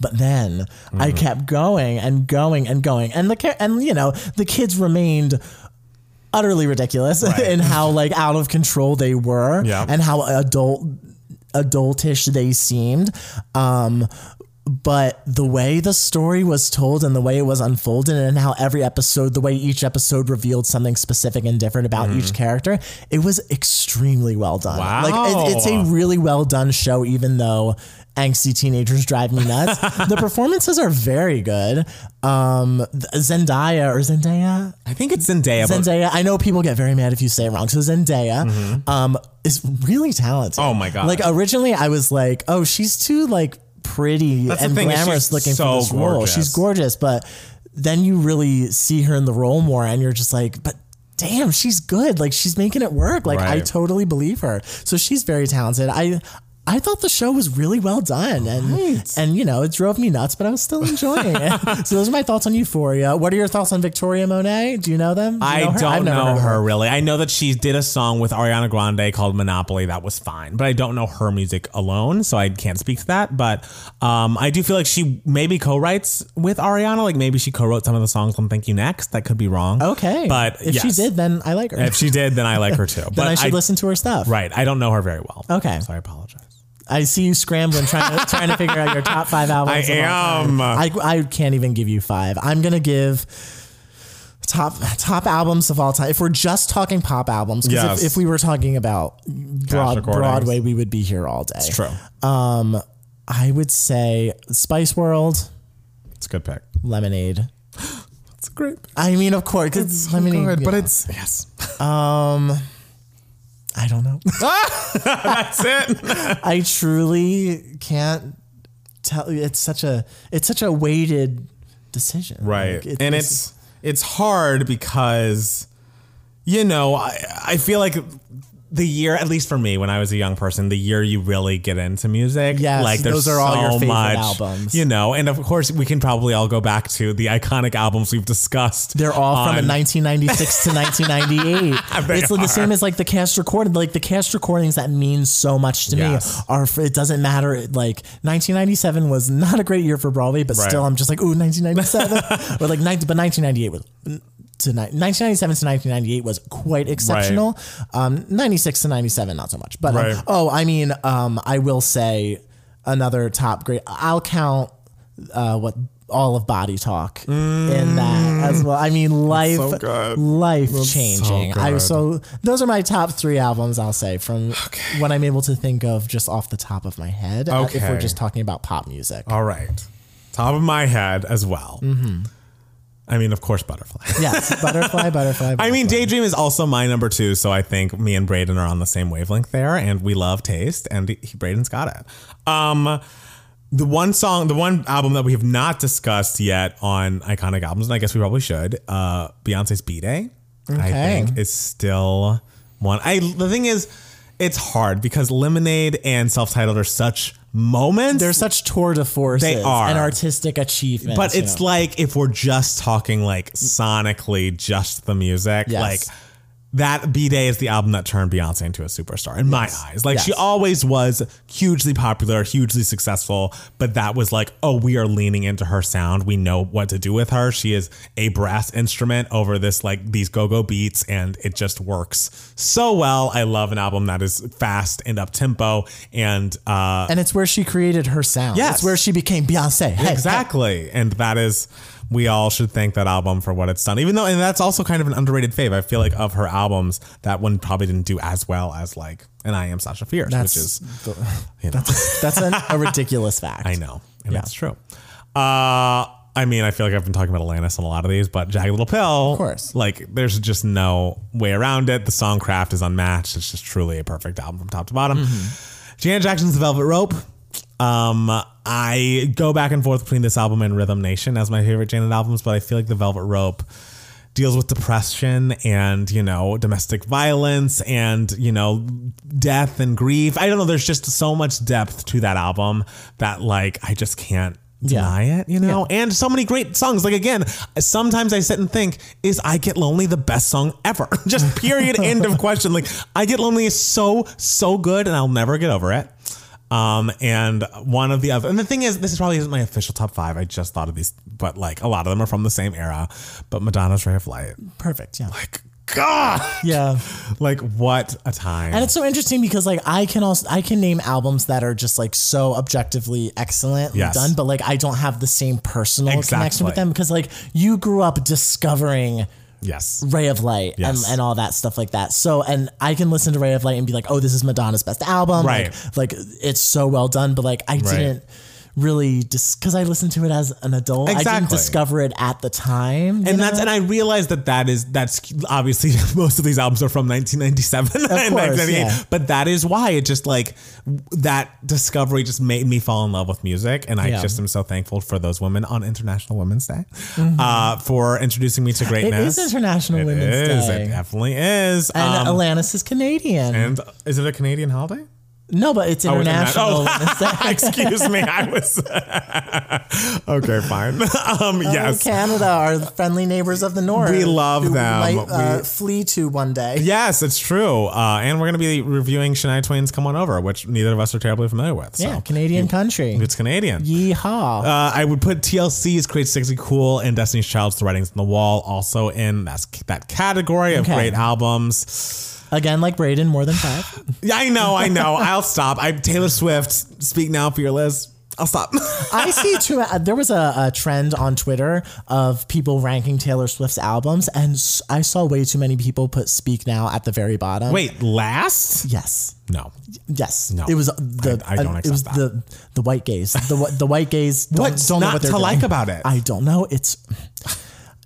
But then I kept going and going and going, and the ca- and you know the kids remained utterly ridiculous in how like out of control they were, Yeah. and how adult adultish they seemed. Um, but the way the story was told and the way it was unfolded and how every episode the way each episode revealed something specific and different about Mm-hmm. each character it was extremely well done Wow. like it, it's a really well done show, even though angsty teenagers drive me nuts. the performances are very good. Um, th- Zendaya or Zendaya, I think it's Zendaya. but- Mm-hmm. Zendaya. I know people get very mad if you say it wrong. So Zendaya, um, is really talented. Oh my God. Like originally, I was like, oh, she's too like pretty That's the and thing, is she's glamorous looking so for this role. gorgeous. She's gorgeous, but then you really see her in the role more, and you're just like, but. Damn, she's good. Like she's making it work. Like I Right. totally believe her. So she's very talented. I I thought the show was really well done and and you know, it drove me nuts, but I was still enjoying it. so those are my thoughts on Euphoria. What are your thoughts on Victoria Monet? Do you know them? Do you I know her? I've don't never heard know of her really. I know that she did a song with Ariana Grande called Monopoly. That was fine, but I don't know her music alone, so I can't speak to that. But um, I do feel like she maybe co-writes with Ariana. Like maybe she co-wrote some of the songs on Thank You Next. That could be wrong. Okay. but if she yes. did, then I like her. if she did, then I like her too. but then I should listen to her stuff. Right, I don't know her very well. Okay. so I apologize. I see you scrambling trying to trying to figure out your top five albums. I of all time. am. I I can't even give you five. I'm gonna give top top albums of all time. If we're just talking pop albums, 'cause Yes. if, if we were talking about broad, recordings. Broadway, we would be here all day. It's true. I would say Spice World, It's a good pick. Lemonade. It's a great. Pick. I mean, of course, 'cause Lemonade. you but know, it's yes. I don't know. That's it. I truly can't tell. It's such a it's such a weighted decision. right Like, it- and it's it's hard because you know i i feel like the year, at least for me, when I was a young person, the year you really get into music. Yes, like there's those are all so your favorite much, albums. you know. And of course, we can probably all go back to the iconic albums we've discussed. They're all on- from 1996 to 1998. They it's like are. the same as like the cast recorded. Like the cast recordings that mean so much to Yes. me are f- it doesn't matter. It, Like 1997 was not a great year for Broadway, but Right. still I'm just like ooh 1997 or like 19, but 1998 was. To ni- 1997 to 1998 was quite exceptional. Um, 96 to 97, not so much. But um, Right. oh, I mean, um, I will say another top great. I'll count uh, what all of body talk in that as well. I mean, life, Mm. so good. life changing. so I good. so those are my top three albums. I'll say from what I'm able to think of just off the top of my head. uh, if Okay. Oh. we're just talking about pop music, all right, top of my head as well. Mm-hmm. I mean, of course, Butterfly. yes, butterfly, butterfly, I mean, Butterfly. Daydream is also my number two, so I think me and Braden are on the same wavelength there, and we love taste, and he, Braden's got it. Um, the one song, the one album that we have not discussed yet on iconic albums, and I guess we probably should, uh, Beyonce's B Day, I Okay. think is still one. I the thing is, it's hard because Lemonade and Self Titled are such moments. they're such tour de force. They are. an artistic achievement, But it's you know. like if we're just talking like sonically, just the music, Yes. like that B Day is the album that turned Beyonce into a superstar in my eyes. Like she Yes. always was hugely popular, hugely successful, but that was like, oh, we are leaning into her sound. We know what to do with her. She is a brass instrument over this, like these go go beats, and it just works so well. I love an album that is fast and up tempo and, uh, and it's where she created her sound. Yes. it's where she became Beyonce. Hey, Exactly. And that is we all should thank that album for what it's done. Even though and that's also kind of an underrated fave. I feel like of her albums, that one probably didn't do as well as like and I am Sasha Fierce, That's, which is the- that's, that's an, a ridiculous fact. I know. And that's true. Uh I mean, I feel like I've been talking about Alanis on a lot of these, but Jagged Little Pill. Of course. Like, there's just no way around it. The song craft is unmatched. It's just truly a perfect album from top to bottom. Janet Jackson's The Velvet Rope. Um, I go back and forth between this album and Rhythm Nation as my favorite Janet albums, but I feel like The Velvet Rope deals with depression and you know domestic violence and you know death and grief. I don't know. There's just so much depth to that album that like I just can't deny it. You know, and so many great songs. Like again, sometimes I sit and think, is "I Get Lonely" the best song ever? just period. end of question. Like "I Get Lonely" is so so good, and I'll never get over it. Um, and one of the other, and the thing is, this is probably isn't my official top five. I just thought of these, but like a lot of them are from the same era. But Madonna's Ray of Light, Perfect. Yeah. like God, Yeah. like what a time. And it's so interesting because like I can also I can name albums that are just like so objectively excellent Yes. done, but like I don't have the same personal Exactly. connection with them because like you grew up discovering yes, Ray of Light Yes. and, and all that stuff like that. So and I can listen to Ray of Light and be like, oh, this is Madonna's best album. Right. Like, like, it's so well done, but like I didn't really just because I listened to it as an adult. I didn't Exactly. discover it at the time. and that's and I realized that that is that's obviously most of these albums are from 1997 and course, 1998, yeah. but that is why it just like that discovery just made me fall in love with music, and I Yeah. just am so thankful for those women on International Women's Day uh, for introducing me to Mm-hmm. it greatness. is International It Women's is. Day. It definitely is. and Um, Alanis is Canadian. and is it a Canadian holiday? no, but it's Oh, it's international. interna- Women's Day. Oh, excuse me. I was okay. Fine. Um, yes. Oh, Canada, our friendly neighbors of the north. We love who we them. might, uh, We- flee to one day. Yes, it's true. Uh, and we're going to be reviewing Shania Twain's "Come On Over," which neither of us are terribly familiar with. So. Yeah, Canadian country. It's Canadian. Yeehaw. Uh, I would put TLC's Create 60 Cool and Destiny's Child's The Writings on the Wall also in that's that category of Okay. great albums. Again, like Braden, more than five. Yeah, I know, I know. I'll stop. I Taylor Swift, Speak Now, Fearless. I'll stop. I see too. Uh, there was a, a trend on Twitter of people ranking Taylor Swift's albums, and s- I saw way too many people put "Speak Now" at the very bottom. Wait, last? Yes. No. Yes. No. It was the I- I don't uh, accept it was that. the the white gays. The wh- the white gays don't, What's don't know not what they're to doing. like about it? I don't know. It's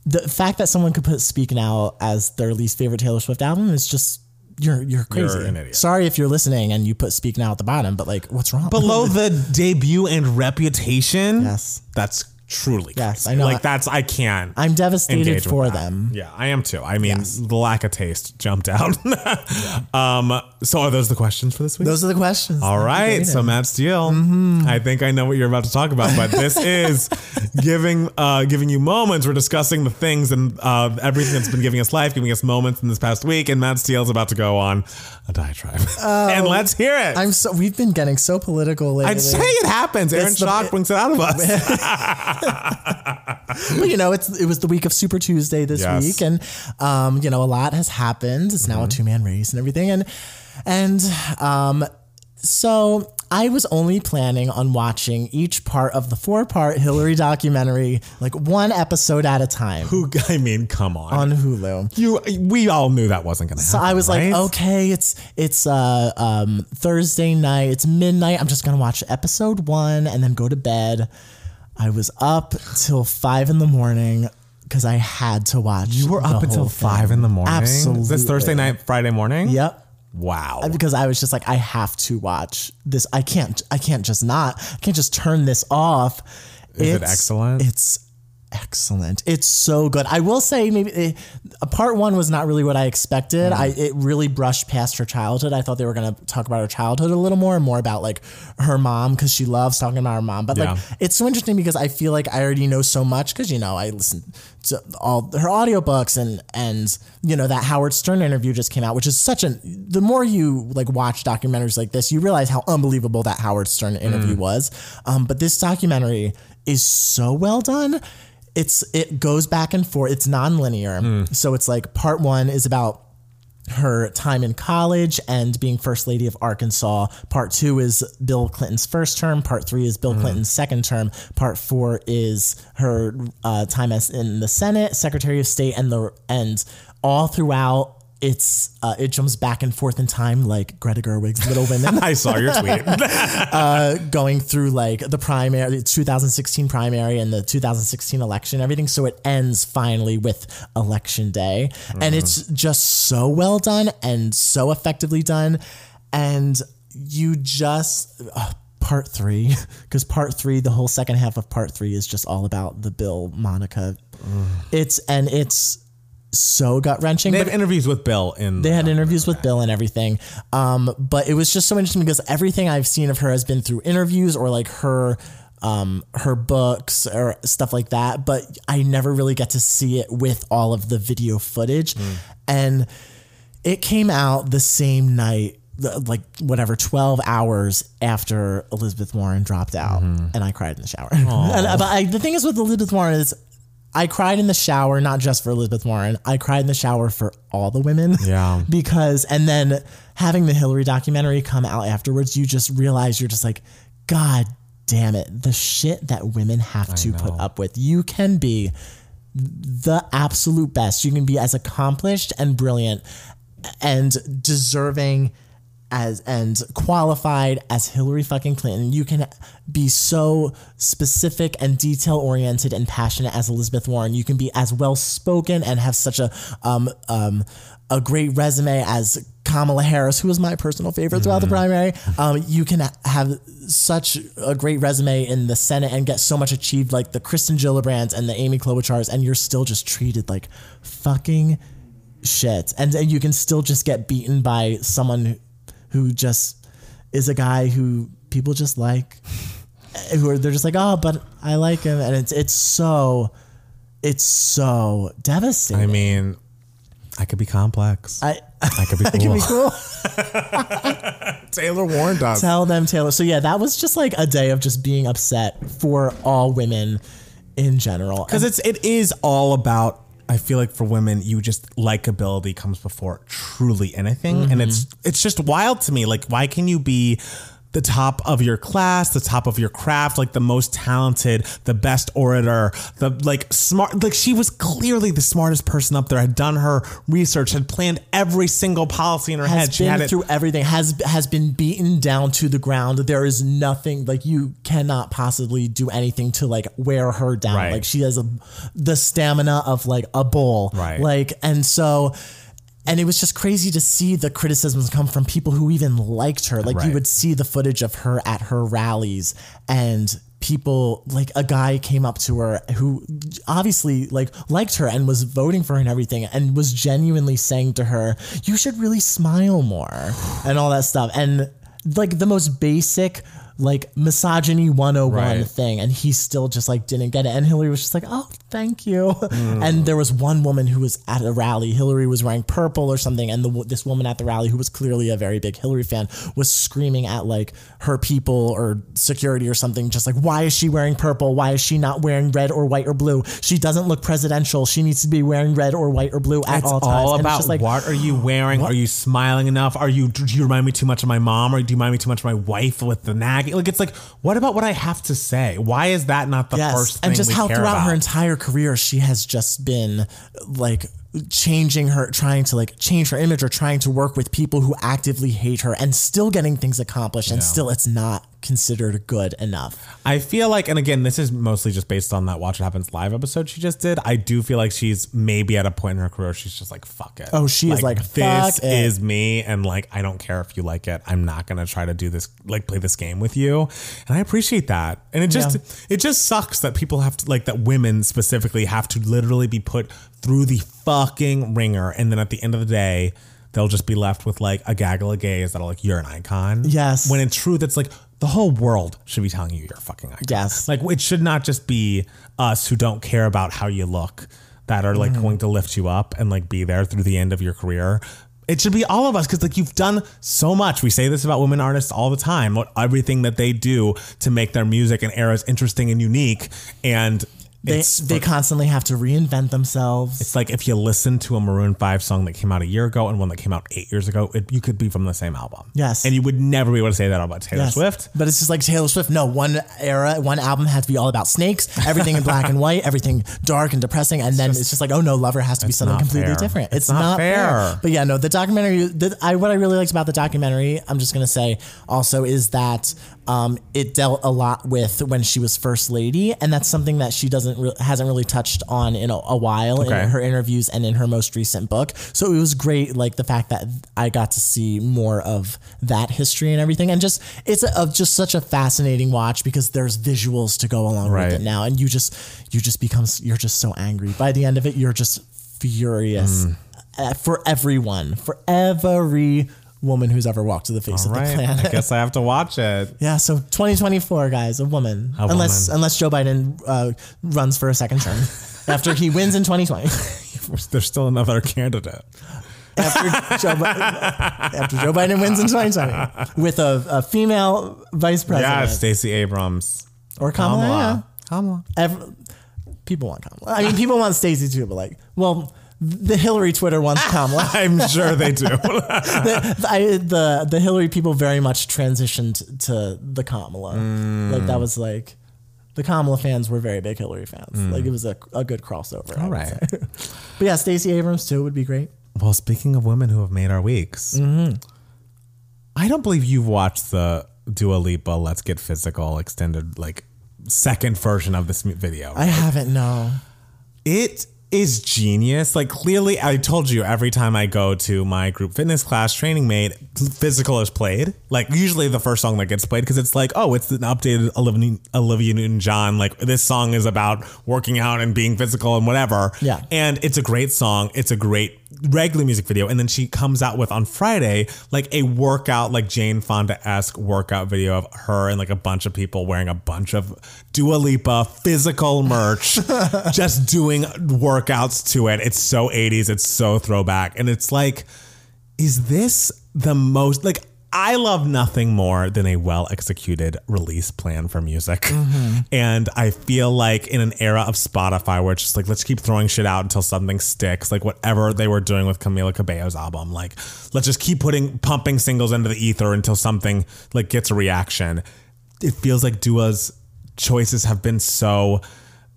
the fact that someone could put Speak Now as their least favorite Taylor Swift album is just you're you're crazy. an idiot. Sorry if you're listening and you put Speak Now at the bottom, but like what's wrong? Below the debut and reputation. Yes. That's truly Yes, crazy. I know. Like that's I can't. I'm devastated engage with for that. them. Yeah, I am too. I mean, the lack of taste jumped out. um, so are those the questions for this week? Those are the questions. Mm-hmm. All right, so Matt Steele, I think I know what you're about to talk about, but this is giving uh, giving you moments. We're discussing the things and uh, everything that's been giving us life, giving us moments in this past week, and Matt Steele's about to go on a diatribe, Oh, and let's hear it. i I'm so we've been getting so political lately. would say it happens. Aaron It's the- Shock brings it out of us. but you know, it's it was the week of Super Tuesday this Yes. Mm-hmm. week, and um, you know, a lot has happened. It's now a two man race and everything, and and um, so I was only planning on watching each part of the four part Hillary documentary, like one episode at a time Who I mean, come on. on Hulu. you, we all knew that wasn't going to So happen. I was right? like, okay, it's it's uh, um, Thursday night, it's midnight. I'm just gonna watch episode one and then go to bed. I was up till five in the morning because I had to watch. you were the up whole until thing. five in the morning. Absolutely. This Thursday night, Friday morning. Yep. Wow. Because I was just like, I have to watch this. I can't. I can't just not. I can't just turn this off. it excellent? It's excellent. It's so good. I will say, maybe eh, uh, part one was not really what I expected. Mm-hmm. I it really brushed past her childhood. I thought they were gonna talk about her childhood a little more and more about like her mom because she loves talking about her mom. But like, Yeah. it's so interesting because I feel like I already know so much because you know I listened to all her audiobooks and and you know that Howard Stern interview just came out, which is such an the more you like watch documentaries like this, you realize how unbelievable that Howard Stern interview was. Um, but this documentary is so well done. It's it goes back and forth. It's nonlinear, so it's like part one is about her time in college and being first lady of Arkansas. Part two is Bill Clinton's first term. Part three is Bill Clinton's second term. Part four is her uh, time as in the Senate, Secretary of State, and the and all throughout. It's uh, it jumps back and forth in time like Greta Gerwig's Little Women I saw your tweet. going through like the primary, the 2016 primary and the 2016 election, everything. So it ends finally with election day. And it's just so well done and so effectively done. And you just. ugh, Part three, because part three, the whole second half of part three is just all about the Bill Monica. It's and it's so gut wrenching. They have interviews with Bill in. They had interviews with Bill and everything. Um, but it was just so interesting because everything I've seen of her has been through interviews or like her um, her books or stuff like that. But I never really get to see it with all of the video footage. And it came out the same night the- like whatever 12 hours after elizabeth warren dropped out and i cried in the shower and, uh, but I, the thing is with elizabeth warren is i cried in the shower not just for elizabeth warren i cried in the shower for all the women Yeah. because and then having the hillary documentary come out afterwards you just realize you're just like god damn it the shit that women have to put up with you can be the absolute best. You can be as accomplished and brilliant and deserving as and qualified as Hillary fucking Clinton. You can be so specific and detail oriented and passionate as Elizabeth Warren. You can be as well spoken and have such a um um a great resume as Kamala Harris, who was my personal favorite throughout the primary, um, you can have such a great resume in the Senate and get so much achieved, like the Kristen Gillibrands and the Amy Klobuchar's, and you're still just treated like fucking shit. And, and you can still just get beaten by someone who just is a guy who people just like, who are they're just like, oh, but I like him, and it's it's so, it's so I devastating. mean, I could be complex. I, I, could be cool. can be cool. Taylor Warren does. Tell them, Taylor. So yeah, that was just like a day of just being upset for all women in general. because it's it is all about i feel like for women you just likability comes before truly anything and it's Mm-hmm. it's just wild to me like why can you be the top of your class the top of your craft like the most talented the best orator the like smart like she was clearly the smartest person up there had done her research had planned every single policy in her has head she been had it through everything. Has has been beaten down to the ground. There is nothing like you cannot possibly do anything to like wear her down. Right. Like she has a, the stamina of like a bull. Right. Like and so. And it was just crazy to see the criticisms come from people who even liked her. Like you Right. would see the footage of her at her rallies and people like a guy came up to her who obviously like liked her and was voting for her and everything and was genuinely saying to her you should really smile more and all that stuff and like the most basic like misogyny 101 Right. thing and he still just like didn't get it and hillary was just like oh thank you Mm. and there was one woman who was at a rally hillary was wearing purple or something and the, wo- this woman at the rally who was clearly a very big hillary fan was screaming at like her people or security or something just like why is she wearing purple why is she not wearing red or white or blue she doesn't look presidential she needs to be wearing red or white or blue at It's all all, times And it's about just like what are you wearing? Are you smiling enough? Are you do you remind me too much of my mom, or do you remind me too much of my wife with the nagging? Like it's like, what about what I have to say? Why is that not the first thing and just we how care throughout about? her entire career she has just been like changing her trying to like change her image or trying to work with people who actively hate her and still getting things accomplished and still it's not considered good enough I feel like, and again, this is mostly just based on that Watch What Happens Live episode she just did. I do feel like she's maybe at a point in her career she's just like, fuck it. Oh, she is like, this fuck it. is me, and like I don't care if you like it. I'm not gonna try to do this, like play this game with you. And I appreciate that. And it just it just sucks that people have to like that women specifically have to literally be put through the fucking ringer, and then at the end of the day. They'll just be left with like a gaggle of gays that are like, you're an icon. Yes. When in truth, it's like the whole world should be telling you you're a fucking icon. Yes. Like it should not just be us who don't care about how you look that are Mm-hmm. like going to lift you up and like be there through the end of your career. It should be all of us because like you've done so much. We say this about women artists all the time. What everything that they do to make their music and eras interesting and unique, and they, it's they constantly have to reinvent themselves it's like if you listen to a Maroon 5 song that came out a year ago and one that came out eight years ago, it, you could be from the same album. Yes. And you would never be able to say that about Taylor Yes. Swift. but it's just like Taylor Swift. No one era, one album has to be all about snakes. Everything in black and white, everything dark and depressing, and then it's just like, oh no, Lover has to be something not completely fair. different. It's not fair. But yeah, no, the documentary. The, I what I really liked about the documentary, I'm just gonna say also is that um, it dealt a lot with when she was first lady, and that's something that she doesn't re- hasn't really touched on in a, a while Okay. in her interviews and in her most recent book. So it was great, like the fact that I got to see more of that history and everything, and just it's a, of just such a fascinating watch because there's visuals to go along Right. with it now, and you just you just become you're just so angry by the end of it. You're just furious Mm. uh, for everyone, for every woman who's ever walked to the face of the Right. planet. I guess I have to watch it. Yeah, so 2024, guys, a woman. A unless woman. unless Joe Biden uh, runs for a second term after he wins in 2020. There's still another candidate. after Joe, Bi- after Joe Biden wins in 2020 with a, a female vice president Yeah, Stacey Abrams. or Kamala. Kamala. yeah. Ev- people want Kamala. I mean, people want Stacey too, but like, well, the Hillary Twitter wants Kamala. I'm sure they do. the, I, the the Hillary people very much transitioned to the Kamala. Like that was like. The Kamala fans were very big Hillary fans. Like it was a, a good crossover. I would right. say. but yeah, Stacey Abrams too would be great. well, speaking of women who have made our weeks, I don't believe you've watched the Dua Lipa Let's Get Physical extended, like, second version of this mu- video. I haven't no. it is genius. Like clearly, I told you every time I go to my group fitness class, training mate, physical is played. Like usually the first song that gets played because it's like, oh, it's an updated Olivia, Olivia Newton John. Like this song is about working out and being physical and whatever. Yeah. and it's a great song. It's a great regular music video. And then she comes out with on Friday like a workout, like Jane Fonda esque workout video of her and like a bunch of people wearing a bunch of Dua Lipa physical merch, just doing workouts to it. It's so 80s, it's so throwback. And it's like, is this the most like I love nothing more than a well executed release plan for music. And I feel like in an era of Spotify where it's just like, let's keep throwing shit out until something sticks, like whatever they were doing with Camila Cabello's album, like, let's just keep putting pumping singles into the ether until something like gets a reaction. It feels like Dua's choices have been so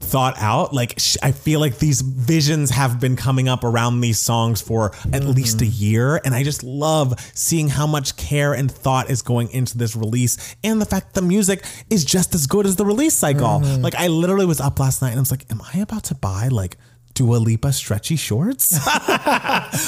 thought out. Like sh- I feel like these visions have been coming up around these songs for at Mm-hmm. least a year, and I just love seeing how much care and thought is going into this release, and the fact that the music is Mm-hmm. just as good as the release cycle. Like I literally was up last night and I was like, "Am I about to buy like?" Dua Lipa stretchy shorts.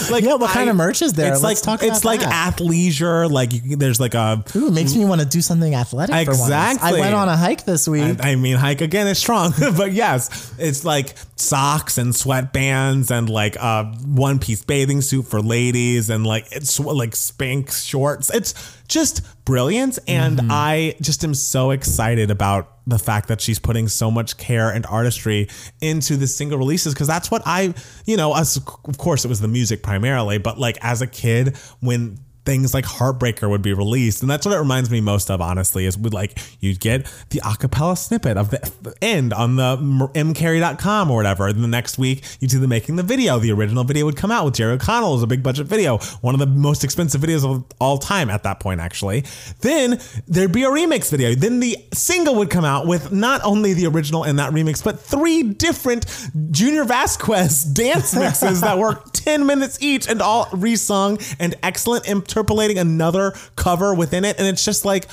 like, Yeah, what kind of merch is there? It's Let's like talk about it's like that. athleisure. Like you, can- there's like a. Ooh, it makes me want to do something athletic. for once. I Exactly. went on a hike this week. I mean, hike again is strong, but yes, it's like socks and sweatbands and like a one piece bathing suit for ladies and like it's like Spanx shorts. It's just brilliant. And I just am so excited about the fact that she's putting so much care and artistry into the single releases because that's what I, you know, us, of course, it was the music primarily, but like as a kid, when things like Heartbreaker would be released. And that's what it reminds me most of, honestly, is with like you'd get the acapella snippet of the the end on the m- mcarry.com or whatever. And the next week you'd see them making the video. The original video would come out with Jerry O'Connell. It was a big budget video, one of the most expensive videos of all time at that point, actually. Then there'd be a remix video. Then the single would come out with not only the original and that remix, but three different Junior Vasquez dance mixes that were 10 minutes each and all resung and excellent, interpolating another cover within it. And it's just like,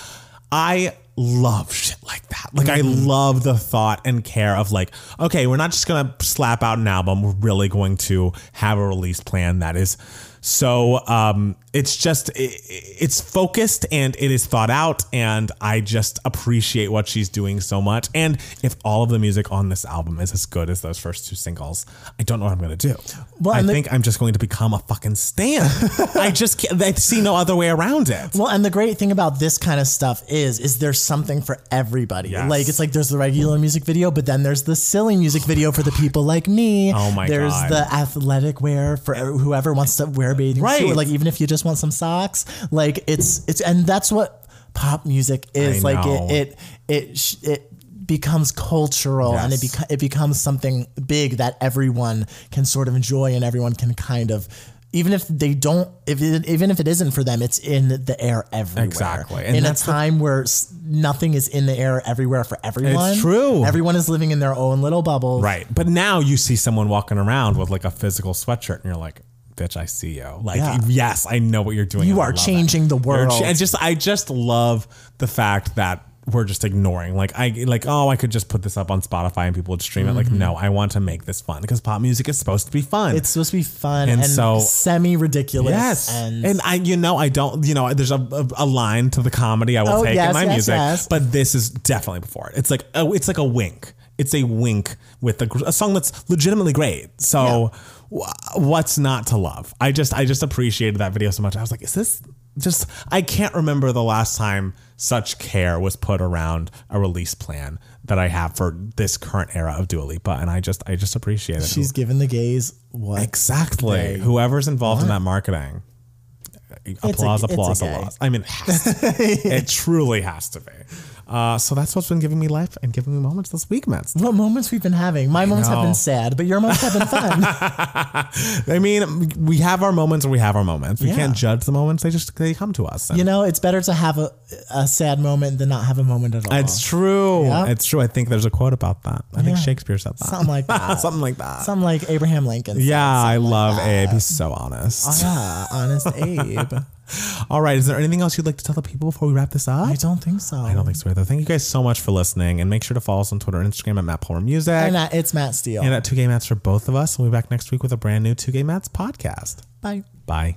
I love shit like that. Like, I Mm-hmm. love the thought and care of, like, okay, we're not just gonna slap out an album, we're really going to have a release plan that is. So um, it's just it, it's focused and it is thought out, and I just appreciate what she's doing so much. And if all of the music on this album is as good as those first two singles, I don't know what I'm gonna do. Well, I and the- think I'm just going to become a fucking stan. I just can't, I see no other way around it. Well, and the great thing about this kind of stuff is, is there's something for everybody. Yes. Like it's like there's the regular music video, but then there's the silly music video for the people like me. Oh my there's God. the athletic wear for whoever wants to wear a bathing suit. Right. Like even if you just want some socks, like it's it's and that's what pop music is. I like know. it it it sh- it becomes cultural and it Yes. becomes it becomes something big that everyone can sort of enjoy and everyone can kind of even if they don't if it, even if it isn't for them it's in the air everywhere Exactly. And and in a that's the- time where s- nothing is in the air everywhere for everyone true. everyone is living in their own little bubble Right. But now you see someone walking around with like a physical sweatshirt and you're like, bitch, I see you. Like, Yeah. yes, I know what you're doing. You and I are love changing the You're world. I just I just love the fact that we're just ignoring like I like oh I could just put this up on Spotify and people would stream it like no I want to make this fun because pop music is supposed to be fun Mm-hmm. it's supposed to be fun And and, so- semi ridiculous Yes, and, and, I, you know, I don't, you know, there's a, a, a line to the comedy I will Oh, take in yes, my yes, music, yes. but this is definitely before it. It's like, oh, it's like a wink. It's a wink with a, gr- a song that's legitimately great. So, wh- what's not to love? I just, I just appreciated that video so much. I was like, is this just? I can't remember the last time such care was put around a release plan that I have for this current era of Dua Lipa, and I just, I just appreciate it. she's given the gays what Exactly. Whoever's involved in that marketing. Applause, it's a applause, gay. applause. I mean, it, has to be. It truly has to be. Uh, so that's what's been giving me life and giving me moments this week, Matt. what moments we've been having my moments have know. been sad but your moments have been fun I mean, we have our moments and we have our moments. We Yeah. can't judge the moments. They just they come to us. And you know it's better to have a, a sad moment than not have a moment at all it's true. Yeah. It's true. I think there's a quote about that. I think Yeah. Shakespeare said that. Something like that. Something like that. something like abraham lincoln said. yeah, I love Abe. He's so honest. ah, honest abe All right. Is there anything else you'd like to tell the people before we wrap this up? i don't think so I don't think so either. Thank you guys so much for listening, and make sure to follow us on Twitter and Instagram at Matt Palmer Music and and, uh, it's matt steele at Two Gay Mats for both of us. We'll be back next week with a brand new Two Gay Mats podcast. bye Bye.